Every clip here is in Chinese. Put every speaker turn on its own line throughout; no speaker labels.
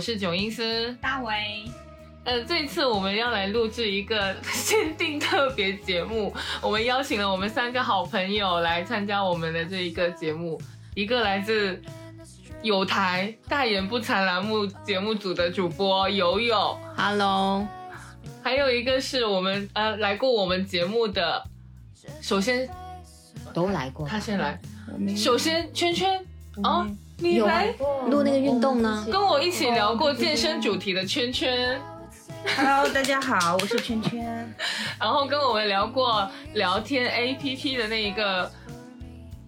是九阴师。
大为，
呃，这一次我们要来录制一个 限定特别节目，我们邀请了我们三个好朋友来参加我们的这一个节目，一个来自有台大言不惭栏目节目组的主播友友，
Hello，
还有一个是我们呃来过我们节目的，首先
都来过
他先来，首先圈圈哦，你
有啊哦
来
录那个运动呢？
跟我一起聊过健身主题的圈圈。
Hello，大家好，我是圈圈。
然后跟我们聊过聊天 A P P 的那一个，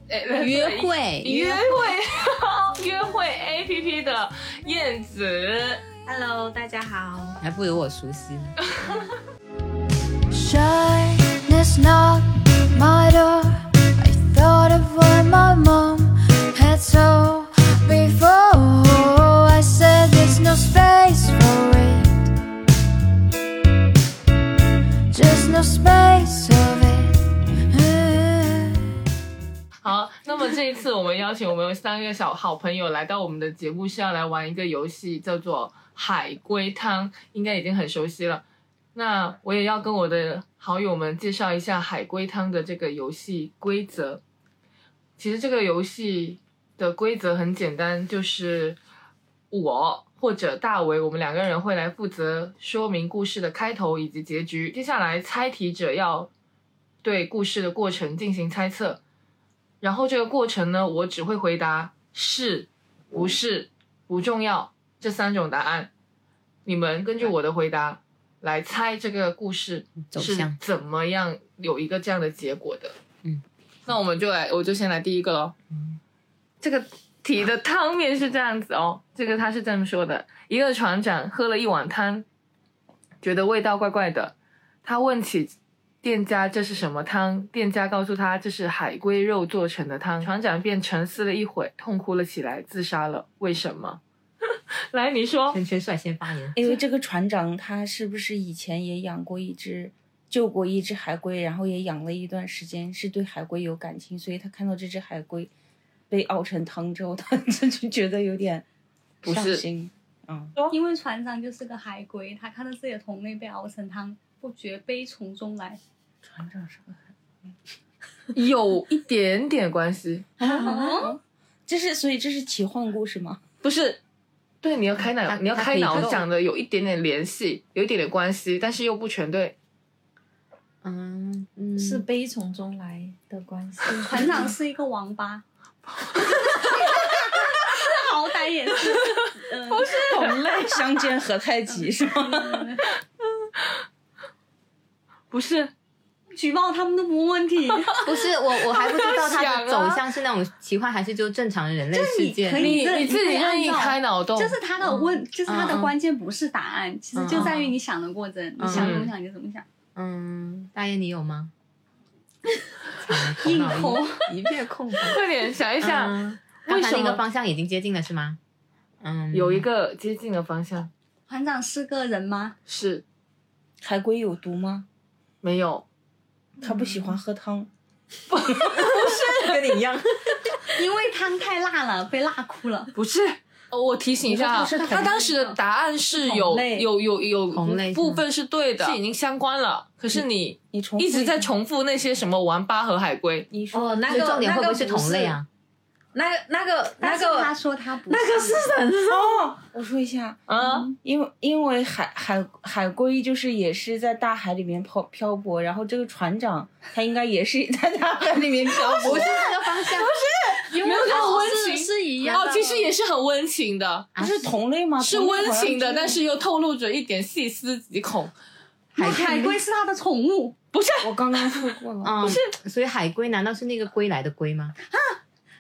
呃
约会
约会 约会 A P P 的燕子，
Hello，大家好。
还不如我熟悉。
Shyness not my door. I thought of what my mom had so before. I said there's no space for it. Just no space of it.
好，那么这一次我们邀请我们三个小好朋友来到我们的节目，是要来玩一个游戏，叫做海龟汤，应该已经很熟悉了。那我也要跟我的好友们介绍一下海龟汤的这个游戏规则。其实这个游戏的规则很简单，就是我或者大为，我们两个人会来负责说明故事的开头以及结局。接下来，猜题者要对故事的过程进行猜测。然后这个过程呢，我只会回答是、
嗯
不是、不重要这三种答案。你们根据我的回答来猜这个故事
嗯走
是
向
怎么样有一个这样的结果的。
嗯，
那我们就来，我就先来第一个喽。这个题的汤面是这样子哦，这个他是这么说的：一个船长喝了一碗汤，觉得味道怪怪的，他问起店家这是什么汤，店家告诉他这是海龟肉做成的汤，船长便沉思了一会，痛哭了起来，自杀了。为什么？ 来，你说，
圈圈率先发言，
因为这个船长他是不是以前也养过一只，救过一只海龟，然后也养了一段时间，是对海龟有感情，所以他看到这只海龟被熬成汤之后，他这就觉得有点
不
伤
是
心。嗯，
因为船长就是个海龟，他看到自己的同类被熬成汤，不觉悲从中来。
船长是个
有一点点关系，
啊
这是所以这是奇幻故事 吗？
不是？对，你要开脑
他，
你要
他
开
可以
脑
动
讲的有一点点联系，有一点点关系，但是又不全对。
嗯嗯，
是悲从中来的关系。
船长是一个王八， 好歹也是，嗯、
同类相煎何太急是吗？
不是，
举报他们都不问题。
哦
不是我我还不知道它的
想啊
走向是那种奇幻还是就正常人类
这
世
你
界
可。以，
你
这
你自
可
己
以按
任意
照
开脑洞，
就是他的问，就是他
嗯
的
嗯
关键不是答案，
嗯
其实就在于你想的过程，你想怎么想就怎么想。
嗯，大爷你有吗？
嗯
硬
头
一片空白。
快点想一想，
嗯
为
刚才
什
那
么
个方向已经接近了是吗？嗯，
有一个接近的方向
团长是个人吗？
是
海龟有毒吗？
没有，
他不喜欢喝汤。
跟你一样，
因为汤太辣了，被辣哭了。
不是。哦，我提醒一下啊，
你说它是同
他当时的答案是有
同类
有有有
同类是吗
部分是对的，是已经相关了。可是你
你重复
一直
下
在重复那些什么玩巴和海龟，
你说
哦，那
所以
个
重点会
那
会
个
是同类？啊？
那个那个那
但是他
个
说他不那
这是什么？我说一下，
嗯，
因为因为海海海龟就是也是在大海里面漂漂泊，然后这个船长他应该也是 在大海里面漂泊。
这个方向不
没有
那么温情
是一样
哦
的，，
其实也是很温情的，
啊
不是同类吗？
是
同类
温
好像
情的，
就
但是又透露着一点细思极恐。
海龟是他的宠物，
不是，
我刚刚说过 了，
嗯，是。所以海龟难道是那个归来的龟吗？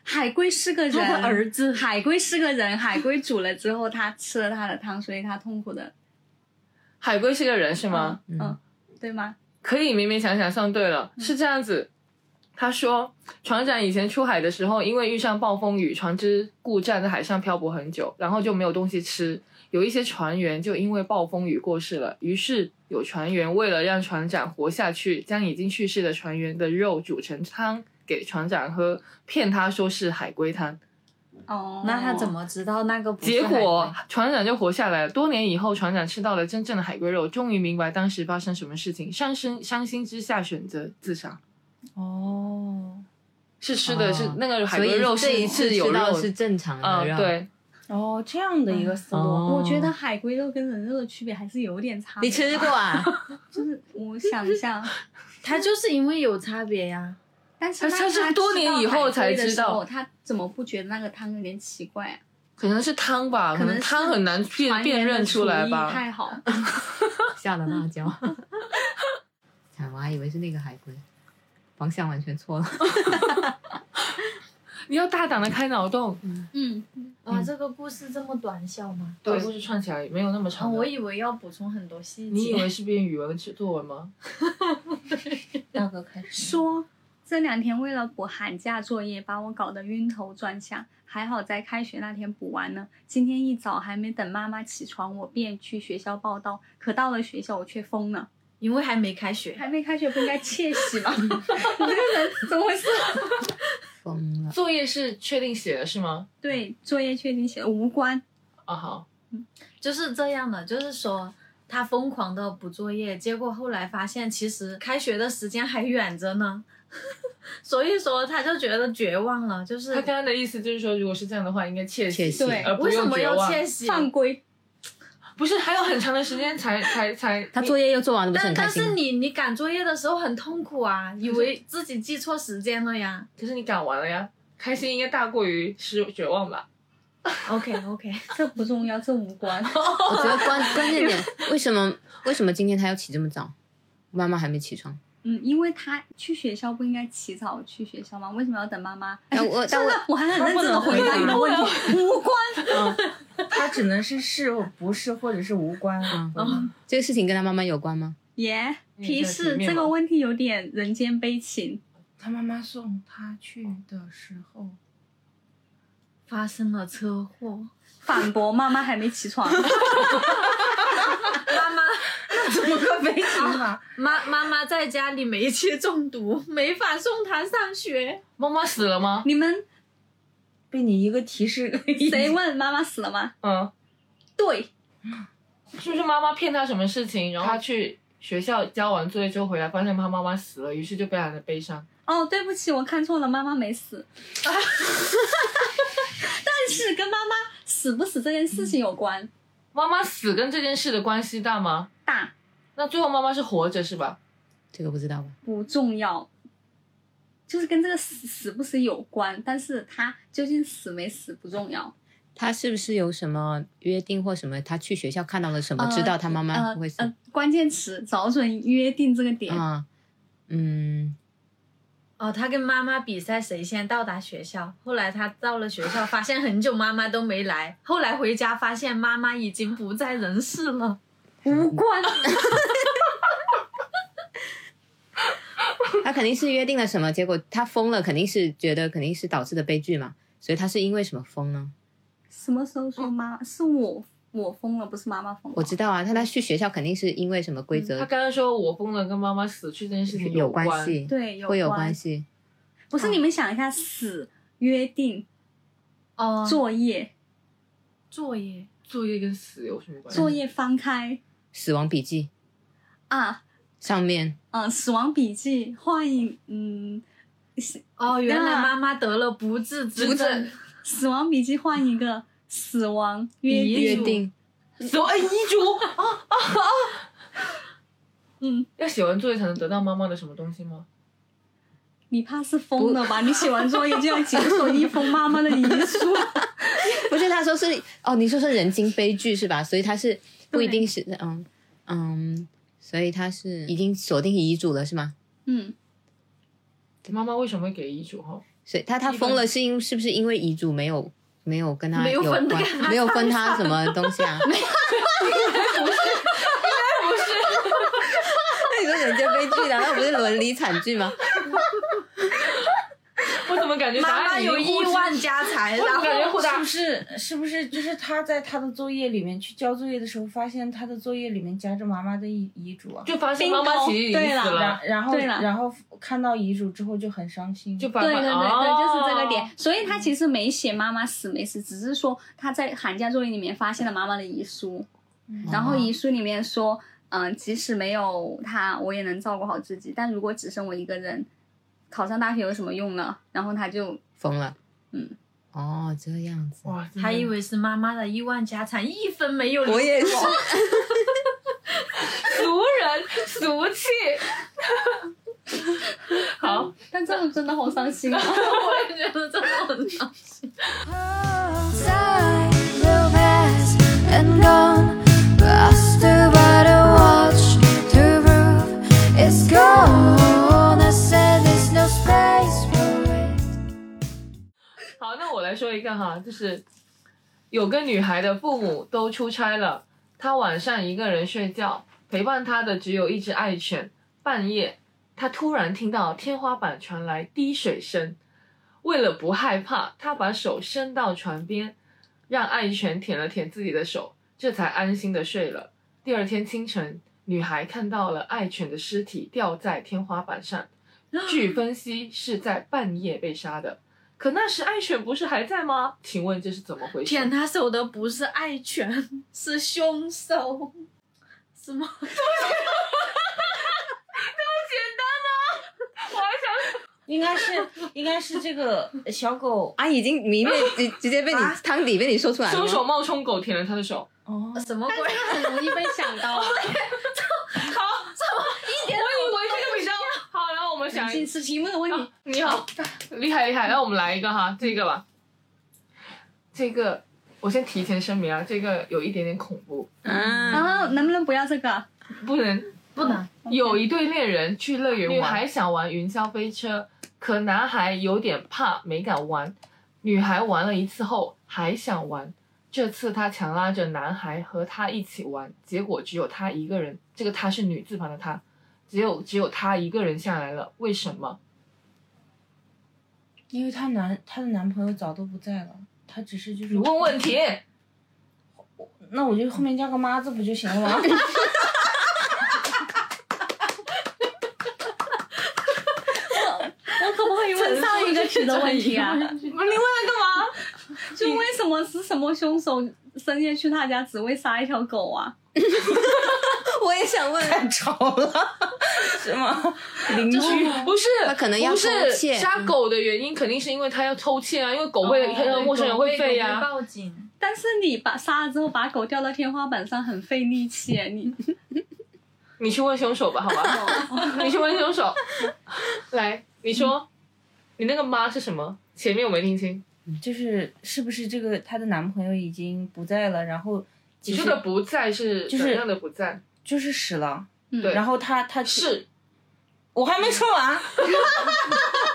海龟是个人，
他的儿子
海龟是个人，海龟煮了之后，他吃了他的汤，所以他痛苦的，
海龟是个人是吗？
嗯，对吗？
可以勉勉强强算对了，是这样子。他说，船长以前出海的时候，因为遇上暴风雨，船只故障在海上漂泊很久，然后就没有东西吃。有一些船员就因为暴风雨过世了，于是有船员为了让船长活下去，将已经去世的船员的肉煮成汤给船长喝，骗他说是海龟汤。
哦，
那他怎？么知道那个不是
结
海
果船长就活下来了。多年以后，船长吃到了真正的海龟肉，终于明白当时发生什么事情，伤身伤心之下选择自杀。
哦
是吃的
哦
是那个海
所
龟
以
肉
这一次
是有
吃到
肉
是正常的
嗯
肉，，
对，
哦，这样的一
嗯
个思路，
哦
我觉得海龟肉跟人肉的区别还是有点差。
你吃？过啊？
就是我想一 下，
他就是因为有差别呀、
但是
他他是
那
多
吃
年
到
以后
海龟
才
的
知
时
道
候，他怎么不觉得那个汤有点奇怪啊？
可能是汤吧，可
可
能
能
汤
是
很难辨
船员
辨
的
认出来
厨艺
吧。
太 好，
下了辣椒。 啊我还以为是那个海龟，方向完全错了。
你要大胆的开脑洞，
嗯，
哇，这个故事这么短小吗？
把故事串起来没有那么
哦，
长的。
我以为要补充很多细
你以
节。
为是编语文作文吗？
大哥开始
说这两天为了补寒假作业，把我搞得晕头转向，还好在开学那天补完了。今天一早还没等妈妈起床，我便去学校报到，可到了学校我却疯了。
因为还没开学，
还没开学不应该窃喜吗？ 你这个人怎么回事？
疯了。
作业是确定写了是吗？
对，作业确定写了无关，
啊好，
就是这样的，就是说他疯狂的补作业，结果后来发现其实开学的时间还远着呢， 所以说他就觉得绝望了，就是
他刚刚的意思就是说，如果是这样的话，应该窃
窃喜对
而不
为什
用
么
绝
要
望。
窃喜？
犯规。
不是还有很长的时间才才才
他作业又做完了，不是
但
很开
但
心
是
吗？
你你赶作业的时候很痛苦啊，以为自己记错时间了呀。
可是你赶完了呀，开心应该大过于失绝望吧？
OK OK，
这不重要，这无关。
我觉得关 关键点，为什么为什么今天他要起这么早？妈妈还没起床。
嗯，因为他去学校不应该起早去学校吗？为什么要等妈妈？
但
哎
我但我
真的我还很认真的回答你的问题，无关。
嗯他只能是是或不是，或者是无关。
嗯
哦
这个事情跟他妈妈有关吗？
耶，
嗯
你在
提
前
示
面
这
吗
个问题有点人间悲情。
他妈妈送他去的时 候，
发生了车祸，
反驳妈妈还没起床，
妈妈
怎么个啊悲情 法？
妈妈妈在家里煤气中毒，没法送他上学。
妈妈死了吗？
你们
被你一个提示给
谁问妈妈死了吗？
嗯，
对，
是不是妈妈骗他什么事情，然后他去学校交完作业之后回来，发现他妈妈死了，于是就非常的悲伤。
哦，对不起，我看错了，妈妈没死。 但是跟妈妈死不死这件事情有关。
妈妈死跟这件事的关系大吗？
大
那最后妈妈是活着是吧？
这个不知道吧？
不重要，就是跟这个死死不死有关，但是他究竟死没死不重要。
他是不是有什么约定或什么？他去学校看到了什么，知道他妈妈
呃
不会死？
呃关键词找准约定这个
呃
点。
啊，嗯，
哦，他跟妈妈比赛谁先到达学校。后来他到了学校，发现很久妈妈都没来。后来回家发现妈妈已经不在人世了。
无关，
他肯定是约定了什么，结果他疯了，肯定是觉得肯定是导致的悲剧嘛。所以他是因为什么疯呢？
什么时候说妈？是我我疯了，不是妈妈疯了。
我知道啊，他他去学校肯定是因为什么规
他
则
刚刚说我疯了，跟妈妈死去这件事情
有
关
关。系，
对，有
会有
关
关。系。啊
不是你们想一下，死、约定、
哦，
作业、
作业
作业跟死有什
哦
么关系？
作业翻开
死亡笔记
啊，
上面
嗯、死亡笔记》幻影，嗯，死
哦，原来
那
妈妈得了不治之
不治
症。
死亡笔记》换一个死亡约定，
约定
死亡哎遗嘱啊
嗯，
要写完作业才能得到妈妈的什么东西吗？
你怕是疯了吧？你写完作业就要解 锁一封妈妈的遗书，
不是他说是哦，你说是人精悲剧是吧？所以他是不一定是嗯嗯，所以他是已经锁定遗嘱了是吗？
嗯，
妈妈为什么会给遗嘱哈？
所以他他疯了是因是不是因为遗嘱没有没有跟他
没有分
关
给他
没有分他什么东西啊？没有， 应该不是，应该不是。那你说人间悲剧难道不是伦理惨剧吗？
我怎怎么感觉答
妈妈
案已
有
经
亿
互
万家财，
我
然
怎么感觉
后
互
是
答
不是是不是就是他在他的作业里面去交作业的时候，发现他的作业里面夹着妈妈的遗遗嘱啊？
就发现妈妈其实已经死
对
了
然，然后
对了
然后看到遗嘱之后就很伤心，
就把
对对对对，就是这个点
哦。
所以他其实没写妈妈死没死，只是说他在寒假作业里面发现了妈妈的遗书，然后遗书里面说，嗯、即使没有他，我也能照顾好自己，但如果只剩我一个人，考上大学有什么用呢？然后他就
疯了，
嗯，
哦，这样子，
哇，真的
还以为是妈妈的亿万家产，一分没有。
我也是，
俗人俗气。 好，
但这种真的好伤心啊！
我也觉得这种人
Time will pass and gone, but I still gotta watch the roof. It's gone. I said there's no space for it.
好，那我来说一个哈，就是有个女孩的父母都出差了，她晚上一个人睡觉，陪伴她的只有一只爱犬。半夜，她突然听到天花板传来滴水声，为了不害怕，她把手伸到床边，让爱犬舔了舔自己的手，这才安心的睡了。第二天清晨，女孩看到了爱犬的尸体掉在天花板上，据分析是在半夜被杀的。可那时爱犬不是还在吗？请问这是怎么回事？
舔他手的不是爱犬，是凶手，是吗？
我还想
应该是应该是这个小狗
啊，已经明面直直接被你汤底被你说出来了
凶
吗，
手冒充狗舔了他的手，
哦，
什么鬼？
很容易被想到
我
啊，
以为这个比较啊好。然后我们想，
仅此题目的问题
啊。你好，厉害厉害。那我们来一个哈，这个吧，这个我先提前声明啊，这个有一点点恐怖，
啊，
啊，能不能不要这个？
不能
不能，
有一对恋人去乐园玩，
女
女
孩
孩想玩云霄飞车，可男孩有点怕，没敢玩。女孩玩了一次后还想玩，这次她强拉着男孩和她一起玩，结果只有她一个人。这个她是女字旁的她，只有只有她一个人下来了，为什么？
因为她男她的男朋友早都不在了，她只是就是
你问问题，
那我就后面加个妈字不就行了吗？
我可不可以问上一个题的问题啊？
你问来干嘛？
就为什么是什么凶手深夜去他家只为杀一条狗啊？
我也想问，
太吵了，是吗？ 邻居
不是，
他可能要
不是
偷窃
杀狗的原因，肯定是因为他要偷窃啊，因为狗会、
对
陌生人会吠啊呀、
狗报警，
但是你把杀了之后把狗吊到天花板上很费力气， 你
你去问凶手吧，好吧？ 你去问凶手。来，你说，你那个妈是什么？前面我没听清。
就是是不是这个她的男朋友已经不在了，然后
你
其实
说的不在是
就是
怎样的不在？
就是死了，
嗯
对
然后她她去
是
我还没说 完，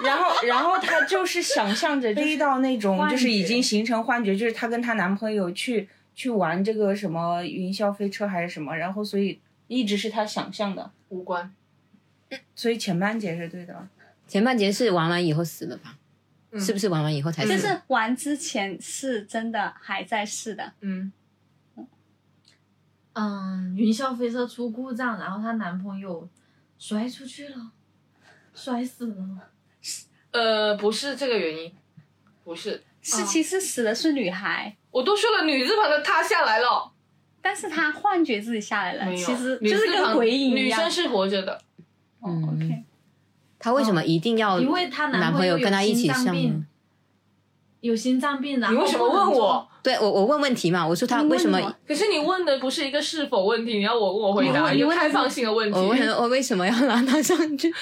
然后然后她就是想象着飞到那种
幻觉
就是已经形成幻觉，就是她跟她男朋友去去玩这个什么云霄飞车还是什么，然后所以一直是她想象的，
无关。
所以前半节是对的吧，
前半节是玩完以后死了吧？
嗯
是不是玩完以后才死？
就是玩之前是真的还在试的，
嗯，
嗯，云霄飞车出故障，然后她男朋友摔出去了，摔死了。
呃，不是这个原因，不是。
是
哦
其实死的是女孩，
我都说了，女字旁的她下来了，
但是她幻觉自己下来了，
没有，
其实
女
就
字
是
旁
跟鬼影一
女
样。
生是嗯活着的，
哦 OK，
他为什么一定要
因为她男
男
朋
朋
友
友跟他一起
有心
上
脏
呢
病？，有心脏病，然后
你为什么
不能
问
做
我？？
对我，我问问题嘛，我说他为什么
你问我？
可是你问的不是一个是否问题，你要我我回答
哦你问
一个
你问
开放性的问题。
哦
我问我哦为什么要拉他上去？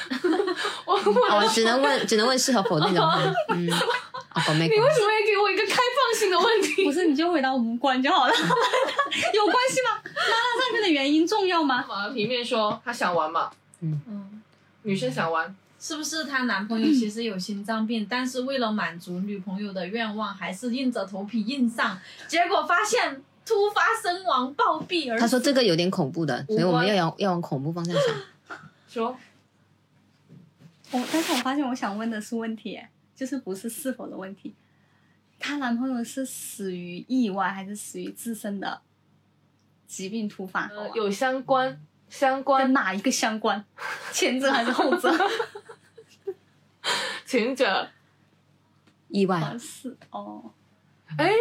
我问
哦，只能问，只能问是和否那种。嗯，哦，我没
你为什么也给我一个开放性的问 题？
不是你就回答无关就好了， 有关系吗？拉她上去的原因重要吗？
嘛，平面说他想玩嘛，
嗯，
女生想玩，
是不是她男朋友其实有心脏病，但是为了满足女朋友的愿望，还是硬着头皮硬上，结果发现突发身亡暴毙而死。
他说这个有点恐怖的，所以我们要要要往恐怖方向想。
说
我但是我发现我想问的是问题，就是不是是否的问题。她男朋友是死于意外还是死于自身的疾病突发？
呃有相关相
跟
关
哪一个相关？前者还是后者？
前者，
意外
哦是哦，
哎，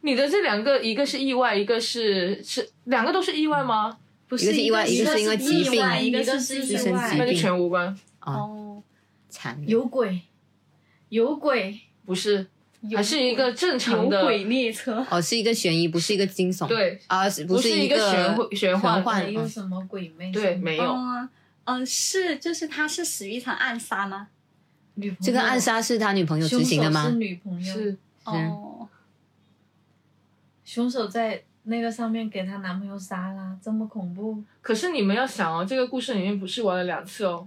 你的这两个，一个是意外，一个是是两个都是意外吗？
不
一个是意外
一
一个是因为疾病
意外一个
一个
是
是
意
自身
外
疾
那就
病
全无关，
啊，
哦，
惨了，
有鬼，有鬼，
不是，
有
还是一个正
有
常的
轨列车。
哦，是一个悬疑，不是一个惊悚，
对，
啊，是
不
是
是一
个
个玄幻玄幻
幻
没有
嗯
什么鬼魅，
对，没有，
嗯嗯，是，就是他是死于一场暗杀吗？
女朋友
这个暗杀是他女朋友执行的
凶手
吗
是？女朋友，
是
哦，
凶手在那个上面给她男朋友杀啦，这么恐怖。
可是你们要想哦，这个故事里面不是玩了两次哦，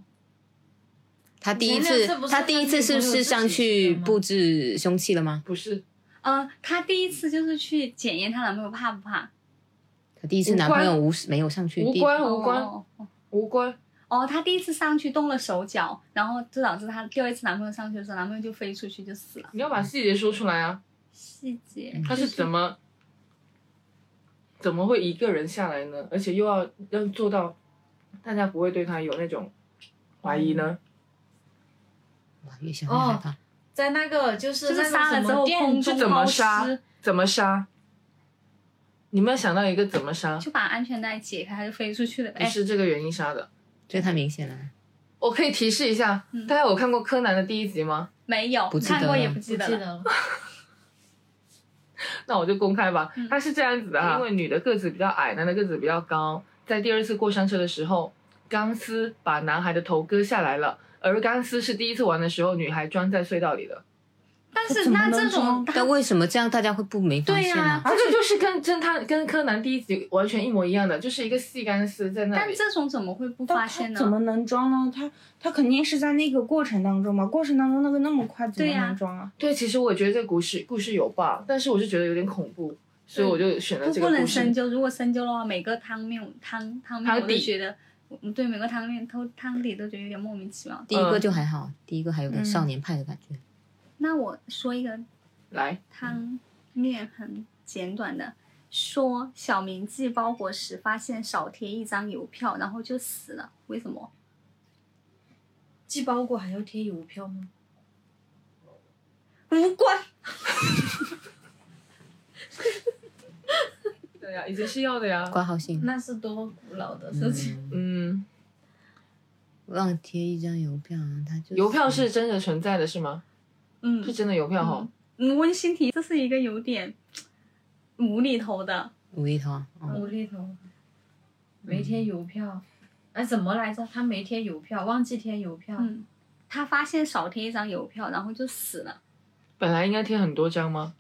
他第一
前
次
两次不，是
他第一次是不是上去布置凶器了吗？
不是，
呃，她第一次就是去检验她男朋友怕不怕，
他第一次男朋友无没有上去，
无
第一
关无关
哦
无关，
哦，她第一次上去动了手脚，然后就导致她第二次男朋友上去的时候，男朋友就飞出去就死了。
你要把细节说出来啊，
细节
嗯
他是怎么怎么会一个人下来呢？而且又要要做到大家不会对他有那种怀疑呢？
嗯
哇，越想越害怕。
在那个就是
就
那
是
个
杀了
什
之
么
后
店
空
是
中
怎么
抛
杀
尸，
怎么杀？你们想到一个怎么杀？
就把哎安全带解开，她就飞出去了
不
呗。
是这个原因杀的。
这太明显了，
我可以提示一下，
嗯
大家有看过柯南的第一集吗？
没有
不，记
看
得
过
了
也不
记
记
得
得了。
了，
那我就公开吧
嗯。
他是这样子的啊，因为女的个子比较矮，男的个子比较高，在第二次过山车的时候，钢丝把男孩的头割下来了，而钢丝是第一次玩的时候女孩装在隧道里的。
但
她
是
怎么
那
能
这种
装
她
但为什么这样大家会不没发
对
现
呀
呢？
这个就是跟侦探跟柯南第一集完全一模一样的，就是一个细钢丝在那
但
里。
这种怎么会不发
但
现呢？
他怎么能装呢？他他肯定是在那个过程当中嘛，过程当中那个那么快，怎么
对呀
能装啊？
对，其实我也觉得这个故事故事有 bug，但是我是觉得有点恐怖，所以我就选了
嗯不
呃这个
不
故事。
能深究，如果深究的话，每个汤面汤汤面
汤
我都
底
觉得，嗯，对每个汤面都汤底都觉得有点莫名其妙。
第一个就还好，第一个还有点
嗯
少年派的感觉。
那我说一个
来，
汤面很简短的，说小明寄包裹时发现少贴一张邮票，然后就死了，为什么？
寄包裹还要贴邮票吗？
无关，
对呀、以前是要的呀。
挂号信，
那是多古老的事情。
嗯，
嗯，
忘贴一张邮票啊，他就
邮票是真的存在的是吗？
嗯
是真的邮票哈、
嗯，温馨提，这是一个有点无厘头的，
无厘头啊。哦
无厘头，
嗯
没贴邮票，哎，怎么来着？他没贴邮票，忘记贴邮票。
嗯，他发现少贴一张邮票，然后就死了，
本来应该贴很多张吗？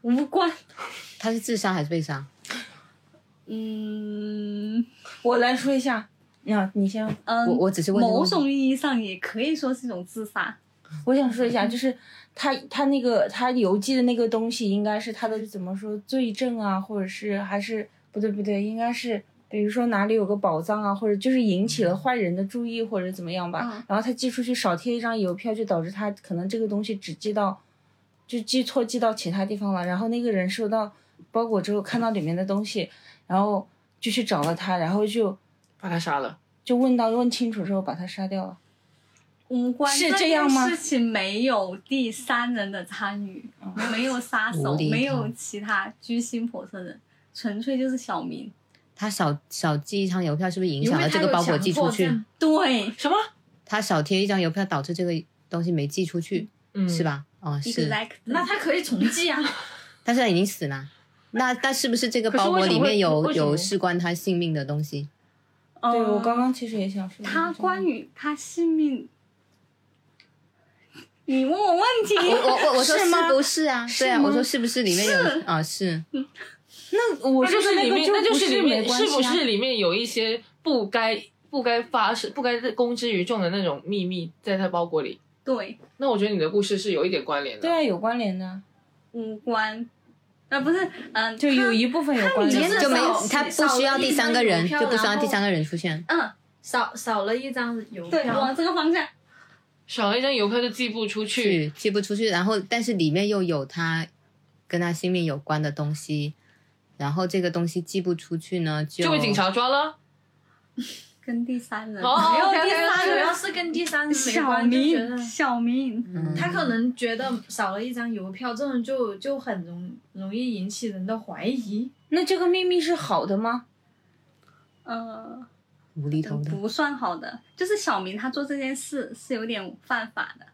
无关，
他是自杀还是被杀？
嗯。
我来说一下，啊，你先，
嗯，
我我只是问这个
某
问题
种意义上也可以说是一种自杀。
我想说一下，就是他他那个他邮寄的那个东西，应该是他的怎么说罪证啊，或者是还是不对不对，应该是比如说哪里有个宝藏啊，或者就是引起了坏人的注意或者怎么样吧。
嗯
然后他寄出去少贴一张邮票，就导致他可能这个东西只寄到，就寄错寄到其他地方了。然后那个人收到包裹之后，看到里面的东西，然后就去找了他，然后就
把他杀了，
就问到问清楚之后把他杀掉了。
无关
是
这
这样吗
件事情没有第三人的参与，没有杀手
无，厘头
没有其他居心叵测人，纯粹就是小明。
他少少寄一张邮票，是不是影
因
响
为
了
他
这
有
个包
强
裹寄出
迫
去？
症，
对，
什么？
他少贴一张邮票，导致这个东西没寄出去，
嗯，
是？吧？哦，
一个
是，
like，
那他可以重寄啊。
但是他已经死了。那那是不是这个包裹里
可是为
面
什么会为
有
什么
有事关他性命的东西？
呃
对我刚刚其实也想说，
他关于他性命，你问我问题，
我我我我说
是
是
吗
不是啊？对啊，
吗
我说是不是里面
是
有啊？是，
那我
那就
说
是
的
里
个
面，那
不
就是里
没
面，
关系
是
啊
不是里面有一些不该不该发生、不该公之于众的那种秘密在他包裹里？
对，
那我觉得你的故事是有一点关联的。
对啊，有关联的，
无关，呃，不是，嗯，
就有
他
一部分有关
里
联
面
的。
就没有
少
他不需要第三个人，
少
就
哦
了一张邮票
不需要第三个人出现。
嗯，
少少了一张邮
对，
票
往，这个方向，
少了一张邮票就寄不出去。
去寄不出去，然后但是里面又有他跟他性命有关的东西，然后这个东西寄不出去呢，就
就被警察抓了，
跟第三人
哦
没有
，OK，OK，
第三
OK，OK
人，要是跟第三人没
小
关，就觉得
明，小明，
嗯
他可能觉得少了一张邮票，这种就就很容容易引起人的怀疑。
那这个秘密是好的吗？
嗯
呃，
无厘头的，
嗯
不算好的，就是小明他做这件事是有点犯法的。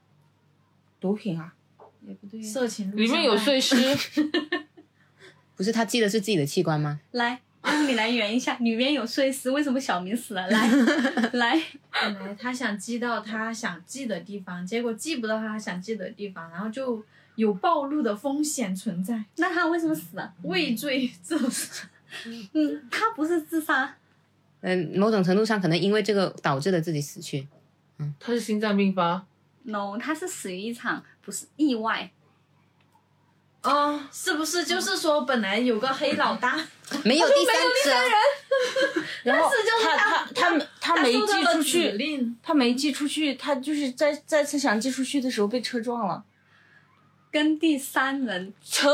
毒品啊，
也不对，色情
里面有碎尸，
不是他寄的是自己的器官吗？
来，让你来圆一下，里面有碎尸，为什么小明死了？ 来，来，
本来他想寄到他想寄的地方，结果寄不到他想寄的地方，然后就有暴露的风险存在，
那他为什么死了？
畏罪自杀。
嗯，他不是自杀，
嗯，某种程度上可能因为这个导致了自己死去。
他是心脏病发，
no，他是死于一场不是意外，
哦，是不是就是说本来有个黑老大，
没有第
哦
三者，
然后
就是
他他他没他没
收到
寄
了
出
指
去，
令，
他没寄出去，他就是在再次想寄出去的时候被车撞了。
跟第三人
车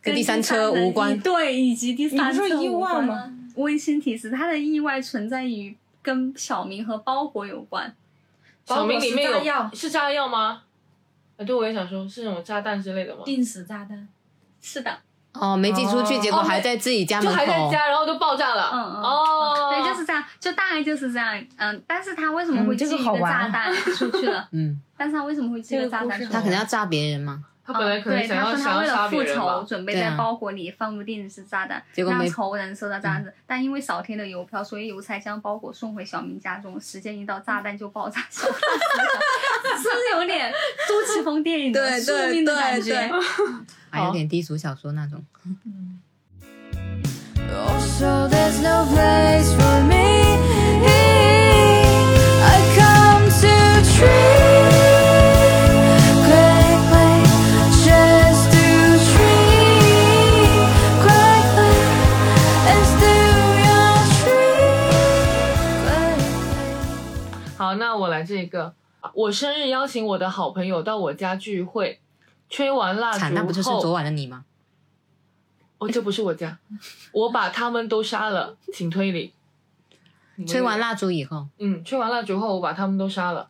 跟第三车
人
无关
对，以及第
你不
三
说
车
意
无
外
关
吗？？
温馨提示：他的意外存在于跟小明和包裹有关。
小明
包裹是
里面
炸药
有是炸药吗？啊，对，我也想说是那种炸弹之类的吗？
定时炸弹。
是的，
哦，没寄出去，
哦
结果还在自己家
就
门
还在
口。
家，然后就爆炸了。
嗯嗯
哦，
对，就是这样，就大概就是这样。嗯，但是他为什么会
嗯
寄
这个
一
好
个
玩
炸
啊
弹出去了？
嗯，
但是他为什么会寄一个炸弹出去？
这个故
嗯
事
他可能
哦
要炸别人嘛，
他本来可能
哦对
想
他
要
说
想
他
要
为了
杀别
复
人吧
仇，。准备
对
在
啊
包裹里放入定时炸弹，
结果
让
没嗯
仇人收到炸弹。但因为少添了邮票，所以邮差将包裹送回小明家中。时间一到，炸弹就爆炸。小明家 是不是有点周奇峰电影的
对
宿
对
命的感
对
觉？
对还
哦
有点低俗小说那种。
So there's no place for me. I come to dream quickly, just to dream quickly, and still your dream quickly.
好，那我来这一个。我生日邀请我的好朋友到我家聚会，吹完蜡啊烛后，
惨，那不就是昨晚的你吗？
哦，这不是我家，我把他们都杀了，请推理。你们
吹完，蜡烛以后，
嗯，吹完蜡烛后，我把他们都杀了，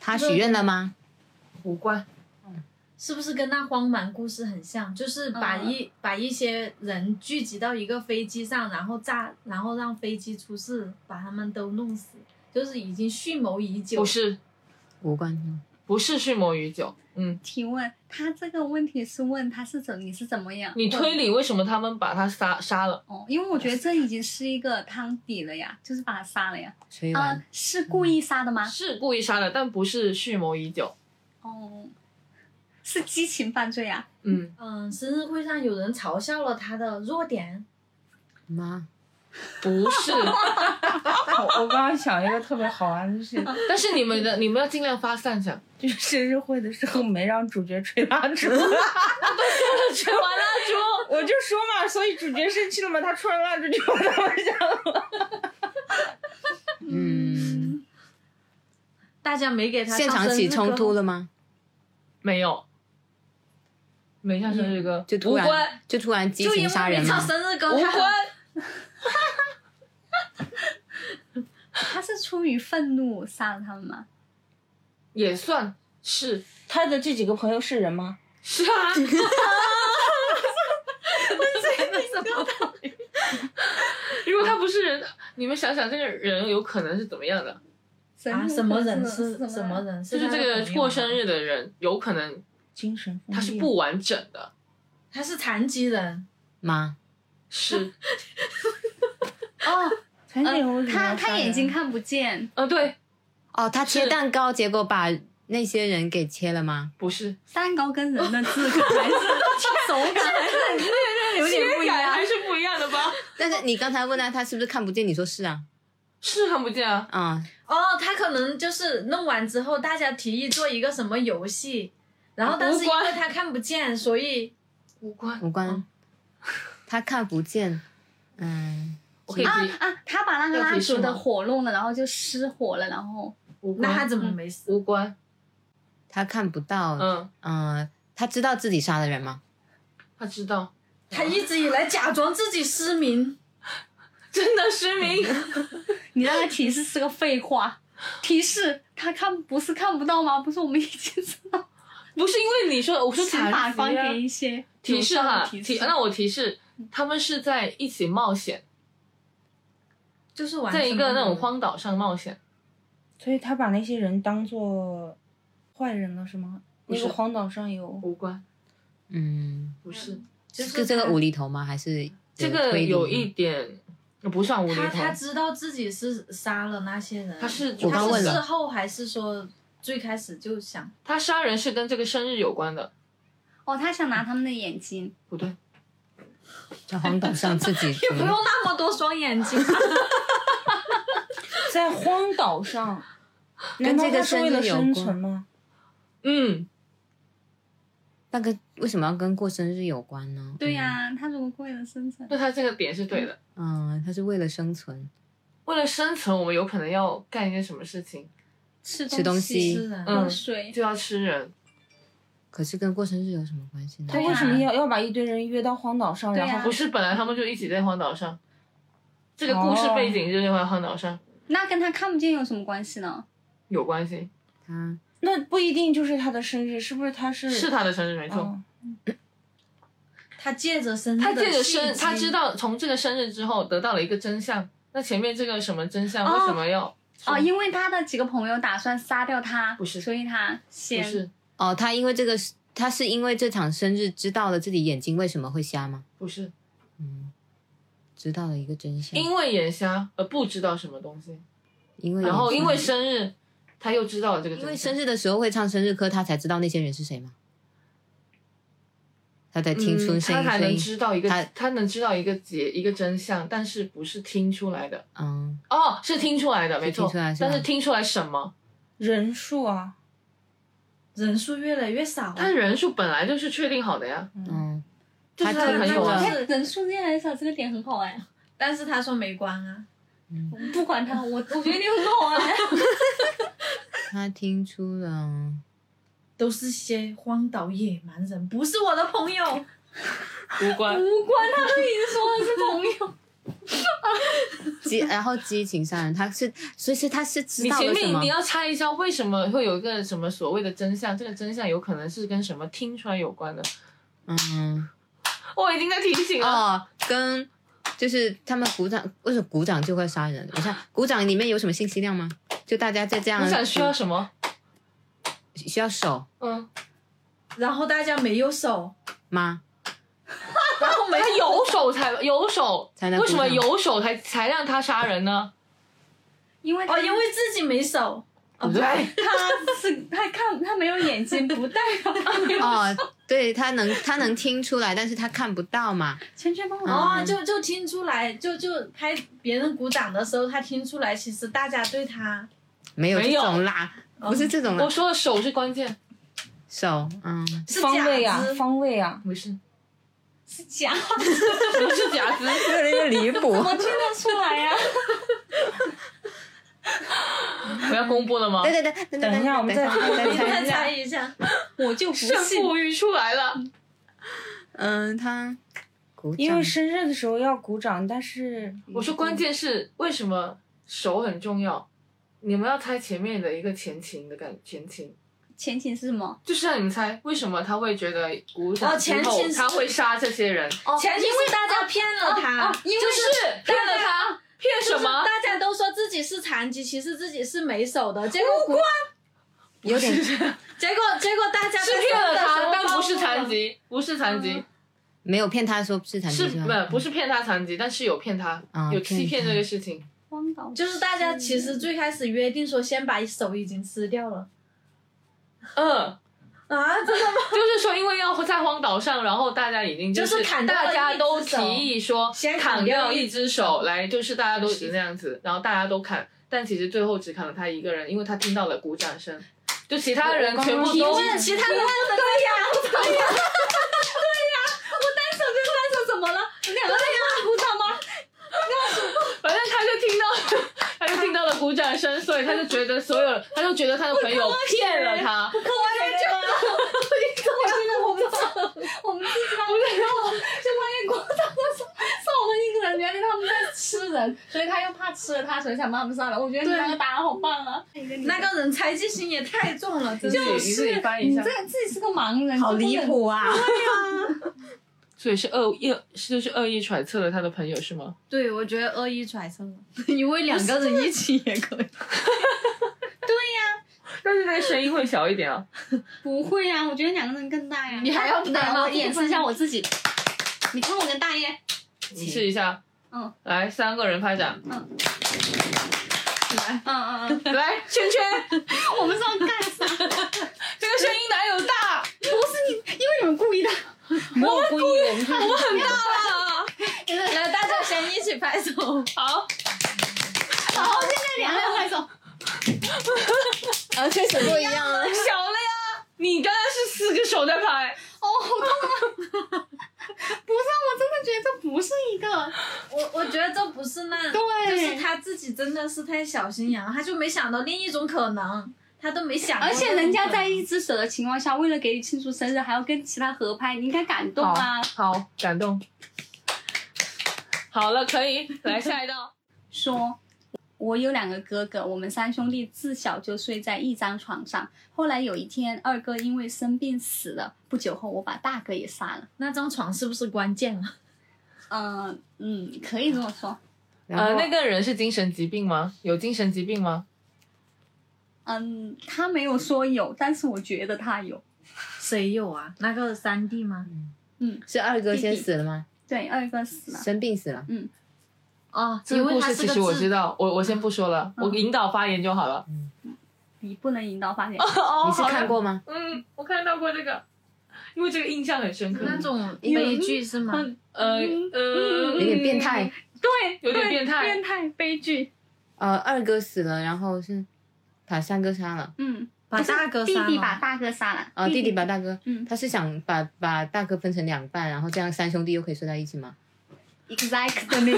他许愿了吗？
无关。
是不是跟那荒蛮故事很像？就是把
嗯
一、把一些人聚集到一个飞机上，然后炸，然后让飞机出事，把他们都弄死，就是已经蓄谋已久。
不是，
无关。嗯
不是蓄谋已久。嗯，
提问，他这个问题是问他是怎你是怎么样？
你推理为什么他们把他杀杀了？
哦，因为我觉得这已经是一个汤底了呀，就是把他杀了呀。
吹
啊、
完，
是故意杀的吗？
是故意杀的，但不是蓄谋已久。
哦，是激情犯罪啊。
嗯，
嗯，生日会上有人嘲笑了他的弱点，
妈，
不是。
我我刚刚想一个特别好玩的事情，
但是你们的你们要尽量发散想，
就是生日会的时候没让主角吹蜡烛，
吹完蜡烛，
我就说嘛，所以主角生气了嘛，他吹完蜡烛就把他们杀了。
嗯，
大家没给他
现场起冲突
了。
了吗？
没有，没唱生日歌，
嗯就突
无关
然就突然激
就因
情杀
为
人
没唱
吗？
生日歌，
无
他
关。
他是出于愤怒杀了他们吗？
也算是
他的这几个朋友是人吗？
是啊， 如果他不是人，你们想想这个人有可能是怎么样的？
神
啊，
秘
什么
特
人
质
是
什
什么？人？
就是
他
这
的朋
个
友
过
吗
生，日的人，有可能
精神分裂
他是不完整的，
他是残疾人，
妈，
嗯
是，
哦，
残疾人为
嗯，
什么
他
要杀
他
人
眼睛看不见，
呃，对，
哦，他切
是
蛋糕，结果把那些人给切了吗？
不 是，
蛋糕跟人的质感还是手感还是有点不一
感
样
还。是不一样的吧？
但是你刚才问他，他是不是看不见？你说是啊，
是看不见啊，
啊、
哦，他可能就是弄完之后，大家提议做一个什么游戏，然后但是因
无
为
关
他看不见，所以
无关，
啊
无关，他看不见，嗯，
我可以
啊
提，
啊！他把那个
要
蜡
提示
烛的
吗
火弄了，然后就失火了，然后
无关嗯
那他怎么没死？
无关？
他看不到，嗯、
嗯，
他知道自己杀的人吗？
他知道，
他一直以来假装自己失明，
真的失明。
嗯
你让他提示是个废 话，提示他看不是看不到吗？不是我们已经 知道，
不是因为你说，我说
请
法
法
官
官给一些
提示哈，
提哦
提那我提示，他们是在一起冒险，
就是玩
在一个
什么
那种荒岛上冒险。
所以他把那些人当做坏人了是吗？
不
那
是
个荒岛上有
无关，
嗯，
不是
就是
这个无厘头吗？还是
这个
推理
有一点不算无厘
他
头
他。知道自己是杀了那些人，
他是
我刚
他
问
是
了
事后还是说最开始就想？
他杀人是跟这个生日有关的，
哦，他想拿他们的眼睛，
不对，
在荒岛上自己
也不用那么多双眼睛，
在荒岛 上，
跟
难道
这个
他是为
生
了
日有
生
关
存吗？
嗯，
那个为什么要跟过生日有关呢？
对呀、他如果为了生存，
那他这个点是对的。
嗯，嗯，他是为了生存，
为了生存，我们有可能要干一件什么事情，
吃
吃东西
是人。
嗯
喝水，
就要吃人。
可是跟过生日有什么关系呢
他？
对
为什么
呀
要要把一堆人约到荒岛上，
对
然
呀
后
不是，本来他们就一起在荒岛上，这个故事
哦
背景就是在荒岛上
那跟他看不见有什么关系呢？
有关系，
他
那不一定就是他的生日，是不是？他是
是他的生日没错。
哦
他借着生日的
他借着
契
生，
机
他知道从这个生日之后得到了一个真相。那前面这个什么真相？
哦
为什么要？
哦，因为他的几个朋友打算杀掉他，
不是
所以他
不
先
是
哦，他因为这个是，他是因为这场生日知道了自己眼睛为什么会瞎吗？
不是，
嗯，知道了一个真相，
因为眼瞎而不知道什么东西，
因为
然后
眼
因
睛
为生日，他又知道了这个真
嗯因
相。
为生日的时候会唱生日歌，他才知道那些人是谁吗？他在听出
嗯
声
他才
音，所
能
以
知道一个
他，
他能知道一个结一个真相，但是不是听出来的
嗯，
哦，是听出来的，没错
听出来，是吧
但是听出来什么？
人数啊，
人数越来越少，
但人数本来就是确定好的呀，
嗯，
就是
他听
很
出
有啊
来，
哎人数越来越少，这个点很好哎。
但是他说没关啊，
我不管他，我我觉得你很好哎。
他听出了，
都是些荒岛野蛮人，不是我的朋友。
无关。
无关，他都已经说了是朋友。
激， 然后激情杀人，他是，所以是他是知
你
道
前
了什
面
么
你？要猜一下为什么会有一个什么所谓的真相，这个真相有可能是跟什么听出来有关的。
嗯，
我已经在提醒了，
哦，跟就是他们鼓掌，为什么鼓掌就会杀人？我想鼓掌里面有什么信息量吗？就大家在这样
你想需要什么？
需要手
嗯，
然后大家没有手，
吗？
然后没
他有手才有手
才能
为什么
鼓掌
有手才才让他杀人呢？
因为他
哦，因为自己没手。哦，
不对，
他 是他看他没有眼睛，不代表他没有。
哦，对他能他能听出来，但是他看不到嘛。
圈圈帮我拿，
哦，就就听出来，就就拍别人鼓掌的时候，他听出来，其实大家对他
没有
没
这
有哦
种啦，不是这种啦
我说的手是关键，
手，嗯，
是
方位
假
啊
肢，，
方位啊，
不是
是假，
不 是假肢，
有点离谱。
我听得出来呀、
我要公布了吗
对？对对，
等一下我们再
再
你再
猜一下。
猜一下，
我就不信
胜负欲出来了，
嗯，他鼓掌，
因为生日的时候要鼓掌，但是
我说关键是为什么手很重要？你们要猜前面的一个前情的感前情。
前情是什么？
就是让你们猜，为什么他会觉得鼓掌
哦
之
前
后
情是
他会杀这些人？
哦
前提是大家骗了他，
哦，因为
就是骗了他，骗
就
什
是
么？
大家都说自己是残疾，其实自己是没手
哦
的，结果鼓
有点
结果结果大家
是骗了他，但不是残，疾，不是残疾，
没有骗他说是残
是
疾吧？
不不呃是骗他残疾，但是有骗他
啊，
有欺
骗
骗
他
这个事情。
荒岛，
就是大家其实最开始约定说先把手已经吃掉了
嗯，
啊，真的吗？
就是说，因为要在荒岛上，然后大家已经
就是是砍掉了
大家都
一
提
只手
议说
先
砍
砍
掉
掉
一
一
只手来，就是大家都是那样子，然后大家都砍，但其实最后只砍了他一个人，因为他听到了鼓掌声，就其他人全部
提
都
问其他人问的对呀，
单手跟单手怎么了？你两个在那鼓掌吗？
反正他就听到，他就听到了鼓掌声，所以他就觉得所有，他就觉得他的朋友骗了他。
我真的我不知道，我们自己不是，然后就发现国他们送送我们一个人，原来他们在吃人，所以他又怕吃了他，所以想把他们杀了。我觉得你
对
们两个打的好棒啊！
那个人 猜忌心也太重了，真的。
就
就是
你翻译一
你
下
这，个自己是个盲人，
好离
根本
谱啊！
所以是恶意，是就是恶意揣测了他的朋友是吗？
对，我觉得恶意揣测了，因为两个人一起也可以。
但是他声音会小一点啊。
不会啊，我觉得两个人更大呀。
你还要
等
打吗
我演示一下我自己。你看我跟大爷，
你试一下。
嗯。
来，三个人拍掌，
嗯嗯嗯，
来圈圈，
我们是要干
这
啥？
个声音哪有大？
因为你们故意的。
没有故意，我们看
我很大啦。
来，大家先一起拍手。
好，
好，现在两个人拍手。
啊，跟什么一样
小了
啊？
呀。你刚刚是四个手在拍，
哦，好痛啊！不是，我真的觉得这不是一个。
我我觉得这不是那，
对
就是他自己真的是太小心眼了，他就没想到另一种可能，他都没想过
而
这种
且
可能。
人家在一只手的情况下，为了给你庆祝生日，还要跟其他合拍，你应该感动啊！
好，好感 动。好了，可以来下一道。
说，我有两个哥哥，我们三兄弟自小就睡在一张床上。后来有一天，二哥因为生病死了，不久后我把大哥也杀了。
那张床是不是关键了？
嗯、嗯，可以这么说。
然后
呃，那个人是精神疾病吗？有精神疾病吗？
嗯，他没有说有，但是我觉得他有。
谁有啊？那个三弟吗？
是二哥先死了吗？
对，二哥死了。
生病死了。
哦，
这
因
个
为
故
他
事
是
其
个
实我知
智，
道，我我先不说了，我引导发言就好了。
你不能引导发 现。
哦
你是看？过吗？
嗯，我看到过这个，因为这个印象很深刻。
那种悲剧是吗？
呃呃，
有点变态。
对，
有点
对
变态
变态悲剧。
呃，二哥死了，然后是把三哥杀了。
嗯，
把
不是
大哥
弟
杀
弟
了
把大哥杀了。
啊，弟弟把大哥，
嗯
他是想把把大哥分成两半，然后这样三兄弟又可以睡在一起吗？
exactly。